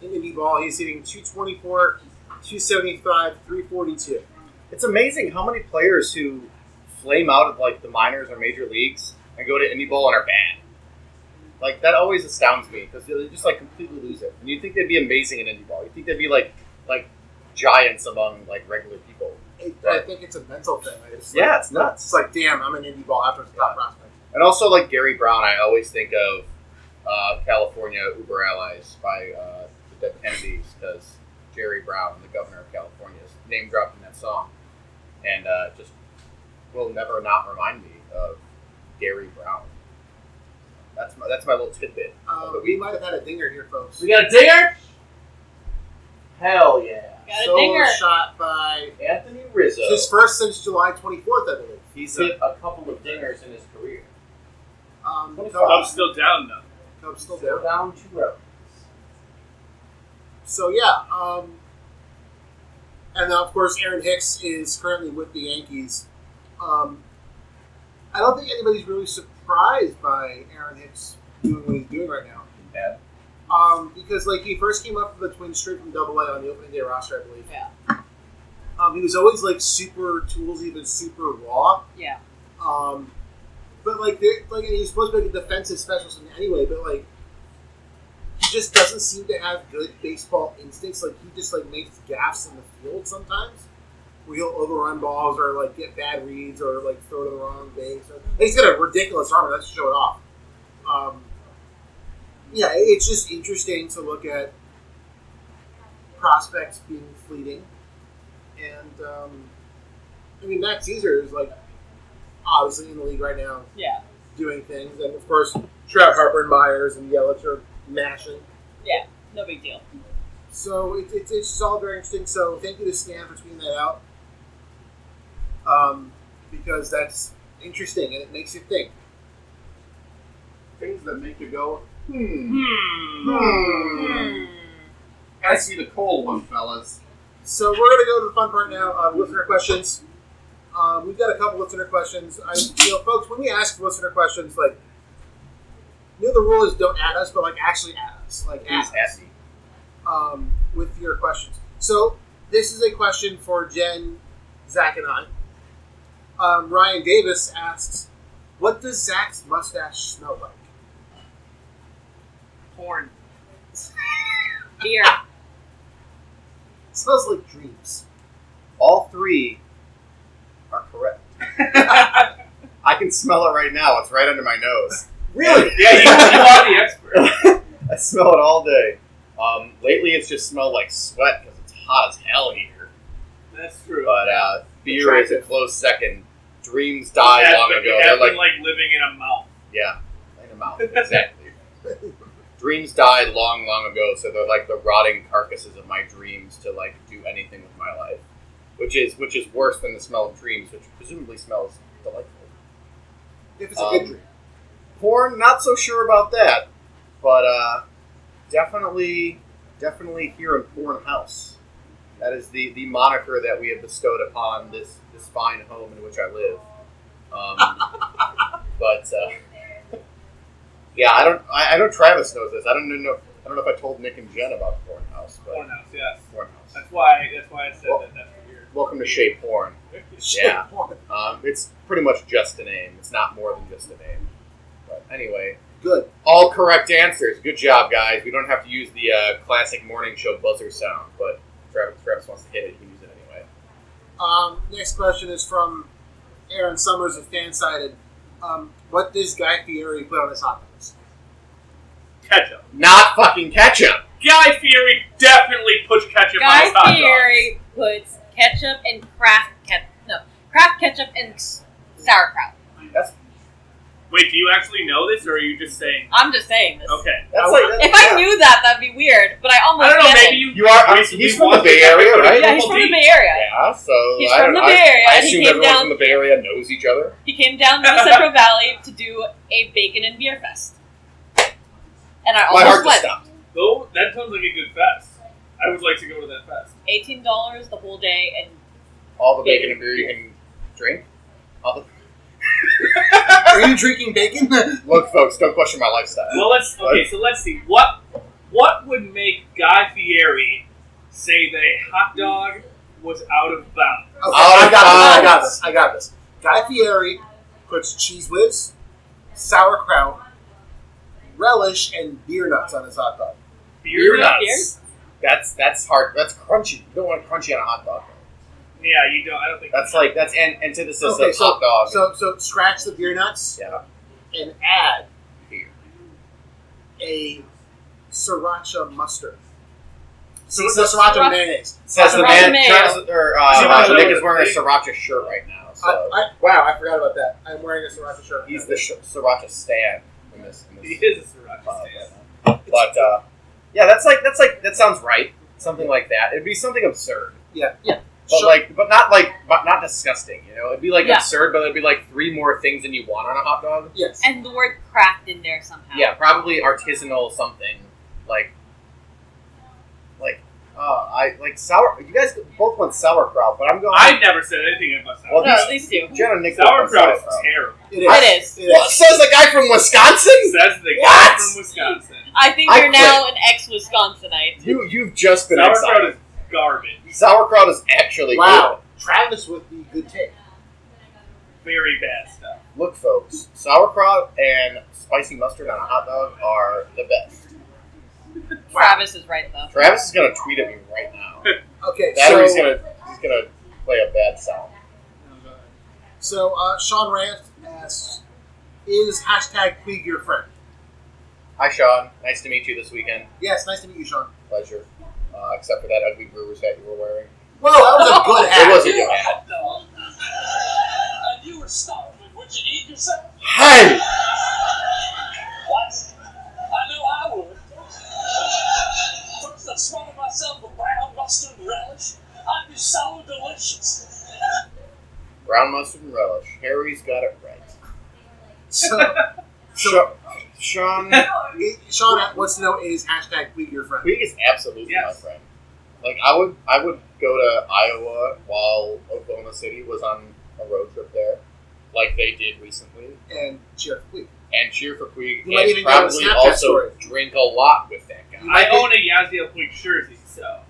D: in indie ball. He's hitting 224, 275, 342.
B: It's amazing how many players who flame out of like the minors or major leagues and go to indie ball and are bad. Like that always astounds me because they just like completely lose it. And you think they'd be amazing in indie ball. You think they'd be like like giants among like regular people.
D: It, I think it's a mental thing. It's like,
B: Yeah, it's nuts.
D: It's like, damn, I'm an indie ball after the top prospect.
B: And also, like Gary Brown, I always think of uh, California Uber Allies by uh, the Dead Kennedys because Jerry Brown, the governor of California, is name dropped in that song, and uh, just will never not remind me of Gary Brown. That's my that's my little tidbit.
D: Uh,
B: But
D: we
B: we-
D: might have had a dinger here, folks.
A: We got a dinger? Hell yeah.
F: Got a
D: Solo
F: dinger.
D: shot by
A: Anthony Rizzo.
D: his first since July 24th, I believe.
A: He's hit a couple of dingers in his career.
D: Um,
E: I'm
D: Cubs,
E: still down though.
D: Cubs still there.
A: So down two rows.
D: So yeah, um, and of course Aaron Hicks is currently with the Yankees. Um, I don't think anybody's really surprised by Aaron Hicks doing what he's doing right now.
I: Yeah.
D: Um, because like he first came up with the Twins straight from Double A on the opening day roster, I believe.
F: Yeah.
D: Um, he was always like super toolsy, but super raw.
F: Yeah.
D: Um, but like, they're- like and he's supposed to be like a defensive specialist anyway. But like, he just doesn't seem to have good baseball instincts. Like he just like makes gaffes in the field sometimes, where he'll overrun balls or like get bad reads or like throw to the wrong base. Or, and he's got a ridiculous arm. Let's show it off. Um, yeah, it- it's just interesting to look at prospects being fleeting, and um, I mean Max Caesar is like obviously in the league right now
F: Yeah.
D: doing things, and of course Trout, Harper, and Myers and Yelich are mashing.
F: No big deal.
D: So it, it, it's just all very interesting. So thank you to Stan for tweeting that out, um, because that's interesting and it makes you think.
B: Things that make you go,
E: Hmm.
B: hmm.
F: Hmm.
D: And
B: I see the cold one, fellas.
D: So we're going to go to the fun part now. Uh, listener questions. Um, we've got a couple listener questions. I, you know, folks, when we ask listener questions, like, you know, the rule is don't add us, but like actually add us, like add
B: Please,
D: us
B: Essie.
D: um, with your questions. So this is a question for Jen, Zach, and I. Um, Ryan Davis asks, "What does Zach's mustache smell like?"
E: Porn.
F: Beer.
D: It smells like dreams.
B: All three are correct. I can smell it right now. It's right under my nose.
A: Really? Yeah, you, you are the expert.
B: I smell it all day. Um, lately, it's just smelled like sweat because it's hot as hell here.
E: That's true.
B: But uh, beer is a close second. Dreams died
E: That's
B: long
E: been-
B: ago. They're
E: That's
B: like,
E: been like living in a mouth.
B: yeah, in a mouth. Exactly. dreams died long, long ago, so they're like the rotting carcasses of my dreams to like do anything with my life, which is which is worse than the smell of dreams, which presumably smells delightful.
D: If it's a
B: Um,
D: good dream,
B: Porn, not so sure about that, but uh, definitely, definitely here in Porn House. That is the, the moniker that we have bestowed upon this, this fine home in which I live. Um, but uh, yeah, I don't. I, I know Travis knows this. I don't know. I don't know if I told Nick and Jen about Porn House, but
E: Porn house, yes.
B: Porn House.
E: That's why. That's why I said
B: Well-
E: that. That's weird.
B: Welcome to Shea Porn. Yeah. Um, it's pretty much just a name. It's not more than just a name. But anyway,
D: good.
B: all correct answers. Good job, guys. We don't have to use the uh, classic morning show buzzer sound, but Travis, Travis wants to hit it. He can use it anyway.
D: Um, next question is from Aaron Summers of Fansided. Um, what does Guy Fieri put on his hot dogs?
E: Ketchup.
B: Not fucking ketchup.
E: Guy Fieri definitely puts ketchup on his hot
F: Guy
E: dogs.
F: Fieri puts ketchup and craft ketchup. No, craft ketchup and s- sauerkraut.
B: That's
E: Wait, do you actually know this, or are you just saying?
F: I'm just saying this.
E: Okay.
B: that's like
F: Oh, If I knew that, that'd be weird. But I almost
E: I don't know.
F: get
E: Maybe
F: it.
E: you. uh,
B: You are- I'm-
E: we- we
B: he's from
E: watched
B: the Bay Area,
E: episode of
B: right?
F: Oh, Yeah, he's
E: Triple
F: from the
E: D.
F: Bay Area.
B: yeah. So
F: He's
B: I
F: from
B: don't
F: the
B: know.
F: Bay
B: I,
F: Area,
B: I
F: and he
B: assume
F: came
B: everyone
F: down-
B: from the Bay Area knows each other.
F: He came down to the Central Valley to do a bacon and beer fest, and I
B: My heart
F: almost
B: just
F: went.
B: stopped.
E: Though that sounds like a good fest. I would like to go to that fest.
F: Eighteen dollars the whole day, and
B: All the bacon and beer you can drink. All the-
D: Are you drinking bacon?
B: Look, folks, don't question my lifestyle.
E: Well, let's okay. So let's see what what would make Guy Fieri say that a hot dog was out of bounds.
D: Okay,
B: Oh,
D: I got this. I
B: God.
D: got this. I got this. Guy Fieri puts cheese whiz, sauerkraut, relish, and beer nuts on his hot dog.
E: Beer
F: Beer
E: nuts.
B: That's that's hard. That's crunchy. You don't want crunchy on a hot dog.
E: Yeah, you don't. I don't think
B: That's like that's an antithesis
D: Okay,
B: of hot dog.
D: So, so scratch the beer nuts
B: yeah.
D: and add a sriracha mustard. So it's a sriracha
F: Sriracha-
D: mayonnaise.
B: Says the man.
F: Mayo.
B: Travis, or,
E: See what I
B: uh,
E: know
B: Nick
E: is
B: is wearing a
E: thing.
B: sriracha shirt right now. So
D: I, I, wow, I forgot about that. I'm wearing a sriracha shirt.
B: he's the sh- sriracha stand in this. In
E: he
B: this
E: is a
B: uh,
E: sriracha stand.
B: right now. but uh, yeah, that's like that's like that sounds right. Something like that. It'd be something absurd,
D: yeah, yeah.
B: but
D: Sure.
B: like, but not like, but not disgusting. You know, it'd be like
F: Yeah.
B: absurd, but it'd be like three more things than you want on a hot dog.
D: yes.
F: and the word craft in there somehow.
B: Yeah, probably artisanal something like, like, uh, I like sour. You guys both want sauerkraut, but I'm going.
E: I've never said anything about
B: Well,
F: No,
E: sauerkraut.
F: at least you.
B: Jenna Nick both want
E: sauerkraut is terrible.
D: It
F: It is.
D: It
B: What says the guy from Wisconsin?
E: Says the guy
B: What?
E: from Wisconsin.
F: I think
B: I
F: you're now an ex-Wisconsinite.
B: You you've just been
E: Sauerkraut
B: exiled.
E: is garbage.
B: Sauerkraut is actually
D: Wow. Travis with the good take.
E: Very bad stuff.
B: good. Look, folks, sauerkraut and spicy mustard on a hot dog are the best.
F: Travis is right though.
B: Travis is gonna tweet at me right now.
D: Okay,
B: Battery's
D: so
B: gonna he's gonna play a bad sound.
D: So uh, Sean Rath asks, "Is hashtag Puig your friend?"
B: Hi, Sean. Nice to meet you this weekend.
D: Yes, nice to meet you, Sean.
B: Pleasure. Uh, except for that ugly Brewers hat you were wearing.
D: Whoa, that was a
B: It was a
D: good hat.
B: good hat.
H: And you were starving. Would you eat yourself?
B: Hey,
H: What? I know I would. First, I swallowed myself a brown mustard relish. I'd be so delicious.
B: brown mustard and relish. Harry's got it right.
D: So,
B: Sha-
D: Sean, Sean wants to know is hashtag tweet your friend.
B: Puig is absolutely
J: Yes.
B: my friend. Like I would, I would go to Iowa while Oklahoma City was on a road trip there, like they did recently,
D: and Jeff Tweet.
B: and cheer for Puig,
D: You might
B: and
D: even go to
B: probably
D: Snapchat
B: also
D: story.
B: drink a lot with that guy.
E: I own a Yazdiel Puig jersey, so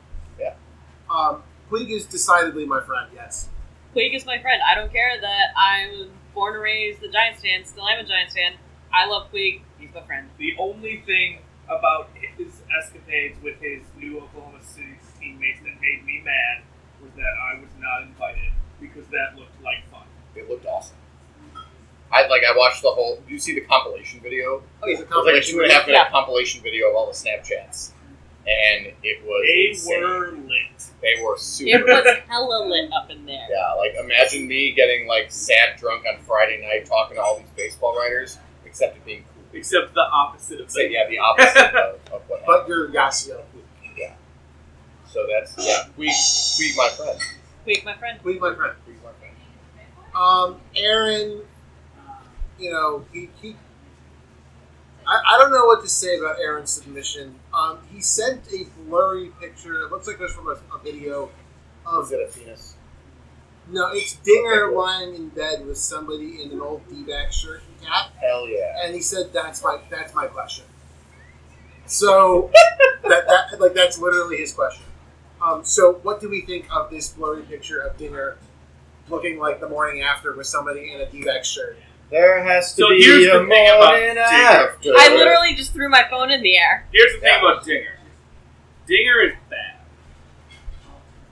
D: Um, Puig is decidedly my friend, yes.
F: Quake is my friend. I don't care that I was born and raised a Giants fan, still am a Giants fan. I love Quake. He's my friend.
E: the only thing about his escapades with his new Oklahoma City teammates that made me mad was that I was not invited because that looked like fun.
B: It looked awesome. I like. I watched the whole. You see the compilation video.
D: He's a
B: It was like a two and a half minute
F: Yeah.
B: compilation video of all the Snapchats, and it was
E: They
B: insane.
E: were lit.
B: they were
F: It
B: super.
F: was hella lit up in there.
B: Yeah, like imagine me getting like sad drunk on Friday night talking to all these baseball writers, except it being cool.
E: Except the opposite of
B: So,
E: that.
B: yeah, the opposite of, of what happened.
D: But you're Yasiel Puig.
B: So that's yeah, we we my friend.
F: Quake, my friend.
D: Puig, my friend.
B: We my friend.
D: Um, Aaron, you know, he. he I, I don't know what to say about Aaron's submission. Um, he sent a blurry picture. It looks like it was from a, a video of.
B: Was it a penis?
D: No, it's Dinger lying in bed with somebody in an old D back shirt and cap.
B: Hell yeah.
D: and he said, "That's my that's my question." So that, that like that's literally his question. Um, so what do we think of this blurry picture of dinner looking like the morning after with somebody in a D-back shirt?
B: There has
E: to So be here's a the thing about morning Digger.
B: after.
D: uh,
F: I literally just threw my phone in the air.
E: Here's the
B: Yeah.
E: thing about Dinger. Dinger is bad.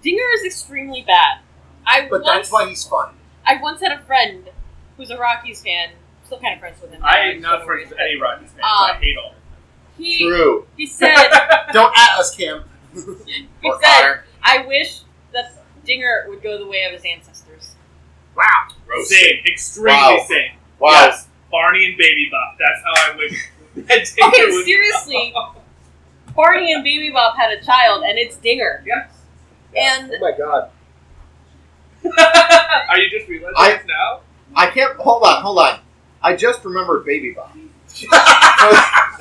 F: Dinger is extremely bad. I
D: But
F: once,
D: that's why he's fun.
F: I once had a friend who's a Rockies fan. Still kind of friends with him. now,
E: I am not
F: so
E: friends with
F: weird.
E: any Rockies fans. I
F: Um,
E: hate all of them.
F: He
B: True.
F: he said
D: Don't at us, Cam.
F: he
B: Or
F: said
B: Connor.
F: I wish that Dinger would go the way of his ancestors.
D: Oh
B: Roasted.
E: Same. Extremely
B: Wow.
E: same.
B: Wow.
E: Yes. Barney and Baby Bop. That's how I wish that Dinger
F: Okay,
E: would-
F: seriously. Barney and Baby Bob had a child, and it's Dinger.
E: yes.
F: And
D: Oh my god.
E: Are you just realizing
B: I-
E: this now?
B: I can't hold on, hold on. I just remembered Baby Bob. Probably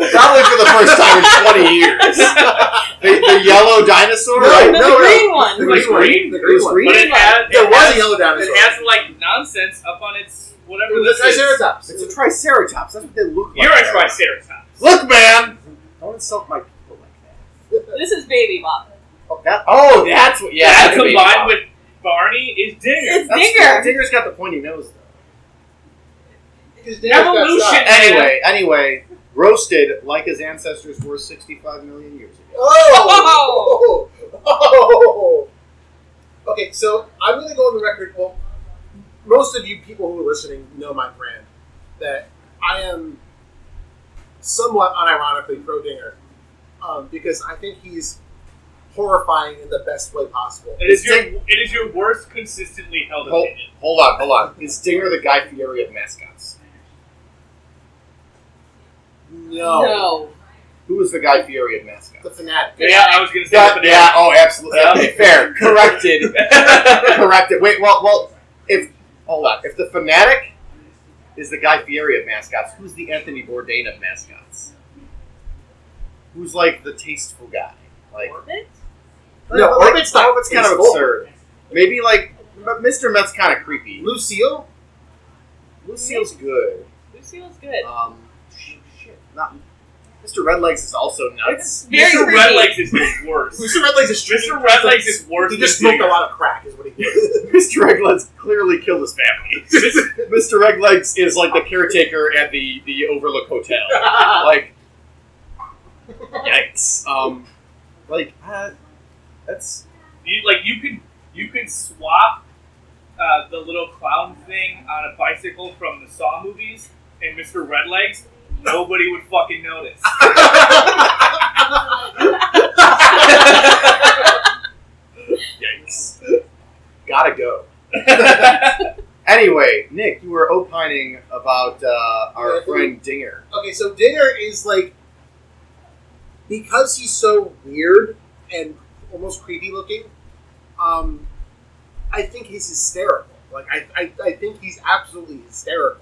B: for the first time in twenty years. the, the yellow dinosaur,
D: No,
B: right?
F: the
D: no,
F: green
D: The
F: one.
E: Like
D: green, one.
E: green?
D: The green one.
B: green?
E: But it has, it
D: There was
E: has-
D: a yellow dinosaur.
E: It has like nonsense up on its whatever
D: It was
E: this
D: a
E: is.
D: triceratops.
B: It's a triceratops. That's what they look like.
E: You're a triceratops.
B: Look, man. Don't insult my people like that.
F: This is Baby Bob.
B: Oh, that, oh that's what. Yeah,
E: that
B: that's what
E: combined
B: Baby
E: with Barney is Dinger.
F: It's
B: Bob- that's-
F: Dinger.
B: Digger's got the pointy nose though.
D: His dinner's got
E: Evolution.
D: stuff.
B: Anyway, anyway, roasted like his ancestors were 65 million years ago.
D: Oh! Oh! Okay, so I'm going to go on the record. Well, most of you people who are listening know my brand. That I am somewhat unironically pro Dinger um, because I think he's horrifying in the best way possible.
E: It is
B: It's
E: your it is your worst consistently held
B: Hold,
E: opinion.
B: hold on, hold on. Is Dinger the Guy Fieri of mascots?
D: No,
F: No.
B: Who is the Guy Fieri of mascots?
D: the fanatic.
E: Yeah, I was gonna say
B: Yeah,
E: that.
B: yeah, oh, absolutely.
E: Yeah.
B: Okay, fair. Corrected. Corrected. Wait, well, well, if hold on, if the fanatic is the Guy Fieri of mascots, who's the Anthony Bourdain of mascots? Who's like the tasteful guy? Like
F: Orbit?
D: No,
B: like,
D: Orbit's not
B: Orbit's kind of
D: tasteful.
B: absurd. Maybe like but Mr. Met's kind of creepy.
D: Lucille.
B: Lucille's good.
F: Lucille's good.
B: Um, sh- shit, not Mr. Redlegs is also nuts.
F: It's very
E: Mr.
F: creepy.
E: Redlegs is the worst.
D: Lucille Redlegs is
E: Mr. Redlegs is worse
D: He just
E: than
D: smoked a
E: Dinger.
D: lot of crack, is what he did.
B: Mr. Redlegs clearly killed his family. Mr. Redlegs is like the caretaker at the the Overlook Hotel. like, yikes. Um, like uh, that's
E: You, like you could you could swap uh, the little clown thing on a bicycle from the Saw movies and Mr. Redlegs. Nobody would fucking notice.
B: yikes. Gotta go. Anyway, Nick, you were opining about uh, our
D: Yeah, I
B: friend Dinger.
D: Okay, so Dinger is like because he's so weird and almost creepy looking. Um, I think he's hysterical. Like I, I, I think he's absolutely hysterical.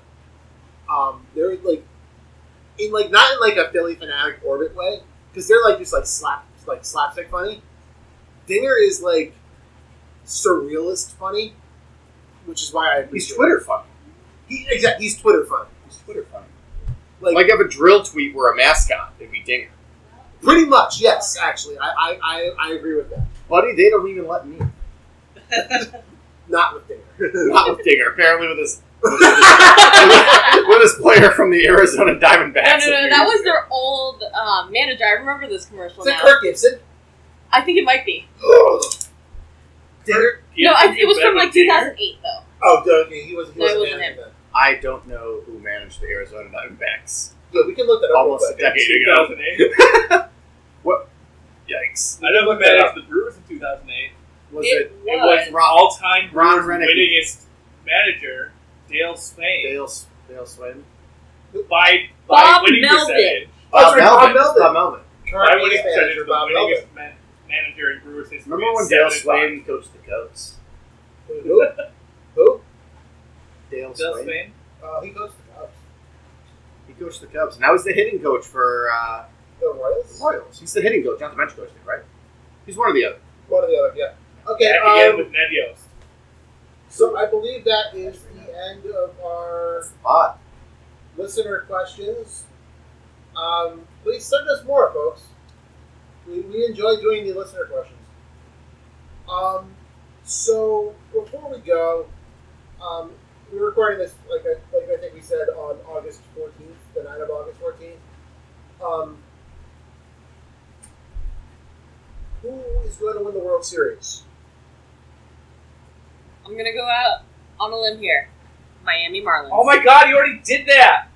D: Um, there like in like not in like a Philly fanatic orbit way because they're like just like slap like slapstick funny. Dinger is like surrealist funny, which is why I
K: He's
D: appreciate
K: Twitter funny.
D: it. He, exactly, he's Twitter funny.
K: He's Twitter funny.
D: Like,
B: Like if a drill tweet were a mascot, it'd be Dinger.
D: pretty much, yes. Actually, I I, I I agree with that.
B: Buddy, they don't even let me.
D: Not with Dinger.
B: Not with Dinger. Apparently with this with this player from the Arizona
F: No,
B: Diamondbacks.
F: no, no. That was their old um, manager. I remember this commercial
D: Is it
F: now.
D: Kirk Gibson?
F: I think it might be.
D: Dinger?
F: no, I, it was from like 2008 though.
D: Oh, okay. He wasn't. He
F: No, it
D: wasn't
F: wasn't
D: managing that.
B: I don't know who managed the Arizona Diamondbacks.
D: Yeah, we can look that up. real
B: Almost a
D: quick.
B: decade ago.
E: 2008.
B: Yikes.
E: I know who managed the Brewers in 2008.
B: Was
F: It
B: it
E: It was
F: was.
E: Ron, all-time
B: Ron
E: Brewers
B: Renicky.
E: winningest manager, Dale Spain,
B: Dale Dale Swim?
E: by by
F: Bob
E: winning
F: Melvin.
E: percentage.
D: Oh, Bob
B: Bob
D: Melvin.
B: Melvin. Bob Melvin.
D: Current
E: By winning
D: manager,
E: percentage, the
D: Bob Melvin.
E: winningest man, manager in Brewers history.
B: Remember when
E: is
B: Dale
E: 75.
B: Swain coached the Cubs?
D: Who? Who?
B: Dale
E: Dale
B: Swain.
E: Spain?
D: Uh, he goes to uh,
B: He coached the Cubs. Now he's the hitting coach for uh,
D: the
B: the
D: Royals.
B: Royals. He's the hitting coach, not the bench coach, right? He's one or the other.
D: One or the other. Yeah. Okay.
E: Back again
D: Um,
E: with Ned Yost.
D: so I believe that is the end of our
B: Ah,
D: listener questions. Um, please send us more, folks. We, we enjoy doing the listener questions. Um, so before we go, um, we're recording this like I, like I think we said on August fourteenth, the night of August fourteenth. Um, who is going to win the World Series?
F: I'm gonna go out on a limb here. Miami Marlins.
E: Oh my God! You already did that.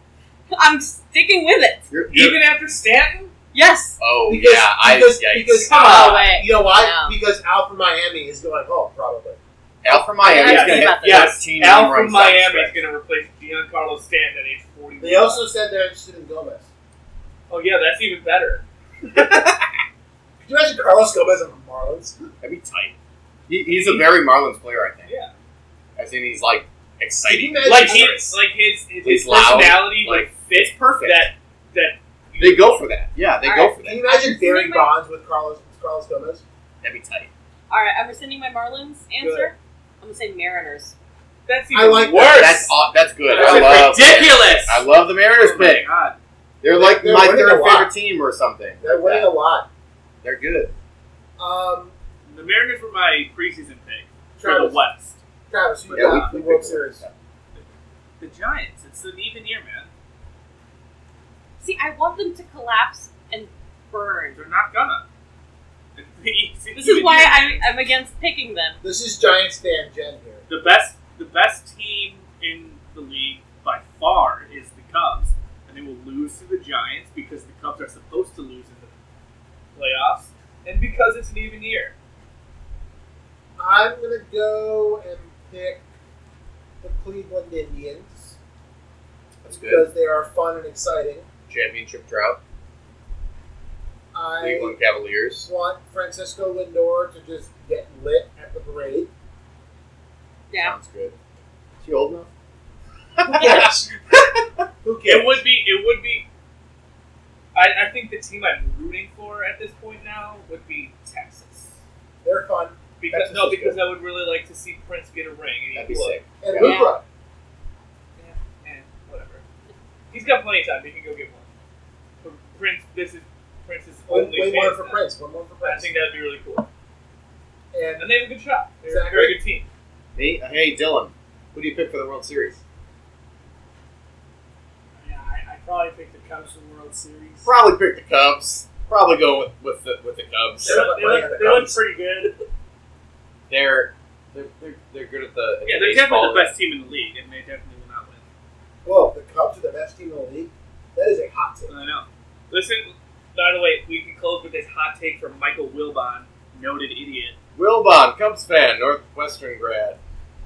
F: I'm sticking with it.
B: you're, you're-
E: Even after Stanton.
F: Yes.
B: oh
D: Because-
B: yeah, I
D: because-
B: yikes.
D: because-
E: Come
F: Oh,
E: on.
F: wait.
D: You know why?
F: No.
D: Because Al from Miami is going home, probably.
B: Al from Miami
F: Yeah,
B: is going to hit
F: about
E: that.
B: 15
E: Al
B: home
E: from
B: runs down the
E: Miami is
B: stretch.
E: going to replace Giancarlo Stanton at age 41.
D: They also said they're interested in Gomez.
E: Oh yeah, that's even better.
D: Could you imagine Carlos Gomez on the Marlins?
B: That'd be tight. He, he's a very Marlins player, I think.
E: Yeah.
B: As in, he's like exciting.
E: Like
B: he,
E: his, like his, his,
B: He's loud,
E: personality like,
B: like,
E: fits
B: perfect.
E: that that.
B: They go for that. Yeah, they go for
D: Can
B: that.
D: you imagine Barry Bonds with Carlos Carlos Gomez?
B: That'd be tight.
F: All right, I'm rescinding my Marlins answer. I'm gonna say Mariners.
E: That's
D: I
E: even
D: like that.
E: worse.
B: That's aw- that's good. I love
E: That's ridiculous.
B: I love the Mariners
E: Oh my
B: pick.
E: God.
B: They're like
D: They're
B: my
D: winning a
B: third
D: lot.
B: favorite team or something.
D: They're
B: like
D: winning
B: that.
D: a lot.
B: They're good.
D: Um,
E: The Mariners were my preseason pick for the
D: Travis,
E: West.
D: Travis, you
B: Yeah,
D: got
B: we-
D: the
B: we
D: World
B: picked
D: Series.
E: The Giants. It's an even year, man.
F: See, I want them to collapse and burn.
E: They're not gonna. It's an
F: This is
E: even
F: why
E: year.
F: I'm, I'm against picking them.
D: This is Giants fan Jen here.
E: the best. The best team in the league by far is the Cubs, and they will lose to the Giants because the Cubs are supposed to lose in the playoffs, and because it's an even year.
D: I'm gonna go and pick the Cleveland Indians
B: That's good.
D: because they are fun and exciting.
B: Championship drought.
D: I
B: Cleveland Cavaliers.
D: want Francisco Lindor to just get lit at the parade.
F: Yeah.
B: Sounds good. Is he old enough?
D: Yes. Who
E: It
D: cares?
E: would be. It would be. I, I think the team I'm rooting for at this point now would be Texas.
D: They're fun.
E: Because
B: Texas
E: no,
B: is
E: because I would really like to see Prince get a ring. And he
B: That'd be
E: would.
B: sick.
D: And
B: Yeah.
D: Luka.
E: and whatever. He's got plenty of time. He can go get one. But Prince, this is Prince's
D: One,
E: only
D: one
E: chance
D: more for
E: now.
D: Prince. One more for
E: I
D: Prince.
E: think that'd be really cool.
D: And
E: And they have a good shot. They're a
D: Exactly.
E: very good team.
B: Hey, hey, Dylan. Who do you pick for the World Series?
L: Yeah, I, I probably picked the Cubs for the World Series.
B: Probably pick the Cubs. Probably go with, with the with the Cubs.
L: They look, they look, they look pretty good.
B: They're they're, they're, they're good at the at
E: Yeah, they're
B: baseball.
E: definitely the best team in the league, and they definitely will not win.
D: Whoa, the Cubs are the best team in the league. That is a hot take.
E: I know. Listen, by the way, we can close with this hot take from Michael Wilbon, noted idiot.
B: Wilbon, Cubs fan, Northwestern grad.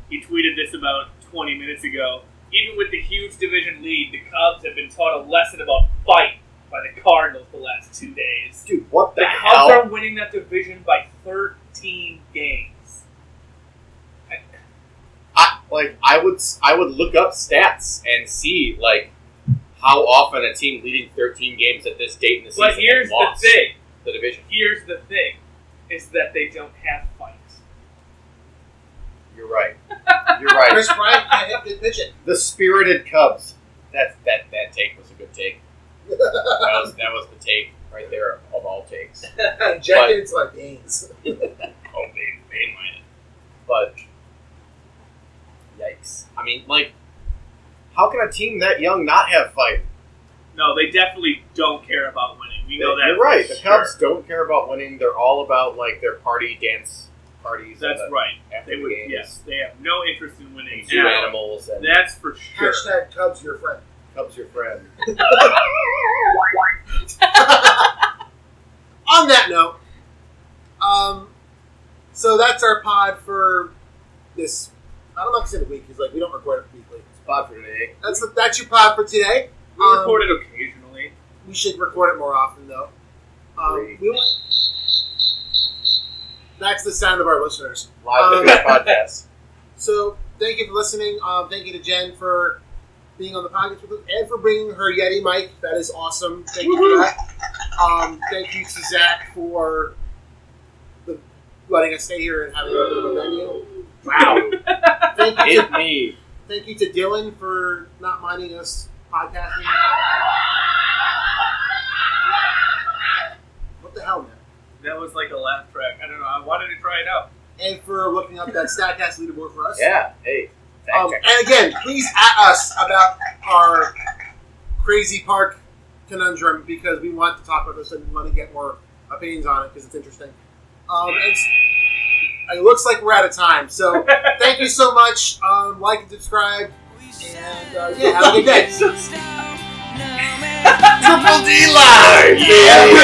E: He tweeted this about 20 minutes ago. Even with the huge division lead, the Cubs have been taught a lesson about fight by the Cardinals the last two days.
B: Dude, what the,
E: The
B: hell?
E: Cubs are winning that division by 13 games.
B: I, like I would s- I would look up stats and see like how often a team leading 13 games at this date in the season
E: But here's
B: has
E: the
B: lost
E: thing.
B: the division.
E: Here's the thing, is that they don't have fights.
B: You're right. You're right.
D: Chris Bryant can't hit good pitching.
B: the spirited Cubs. That that that take was a good take. That was that was the take right there of all takes.
D: Injected into my veins.
B: Oh, they mainline it. But yikes! I mean, like, how can a team that young not have fight?
E: No, they definitely don't care about winning. We know that.
B: You're right.
E: for
B: The
E: sure.
B: Cubs don't care about winning. They're all about like their party dance parties. and
E: That's
B: the-
E: right.
B: After
E: They
B: the
E: would.
B: games.
E: Yes, they have no interest in winning.
B: and Zoo
E: at all.
B: animals and
E: That's for sure.
D: Hashtag Cubs your friend.
B: Cubs your friend.
D: On that note, um, so that's our pod for this. I don't know if I said a week because like we don't record it weekly.
B: Spot for today.
D: That's the, that's your pod for today.
E: We
D: Um,
E: record it occasionally.
D: We should record it more often though. Um,
B: Great.
D: we want- that's the sound of our listeners.
B: Live
D: Um,
B: um, podcast.
D: So thank you for listening. Um, thank you to Jen for being on the podcast with us and for bringing her Yeti mic. That is awesome. Thank you for that. Um, thank you to Zach for the, letting us stay here and having a bit of a venue.
B: Wow.
D: Thank you, to,
B: Hit me.
D: thank you to Dylan for not minding us podcasting. What the hell, man?
E: That was like a laugh track. I don't know. I wanted to try it out.
D: And for looking up that Statcast leaderboard for us.
B: Yeah. Hey. Fact
D: Um,
B: check.
D: and again, please at us about our crazy park conundrum because we want to talk about this and we want to get more opinions on it because it's interesting. Um, it's, it looks like we're out of time, so thank you so much. Um, like and subscribe, and uh, yeah, have a good day.
C: Triple
B: Live. Yeah.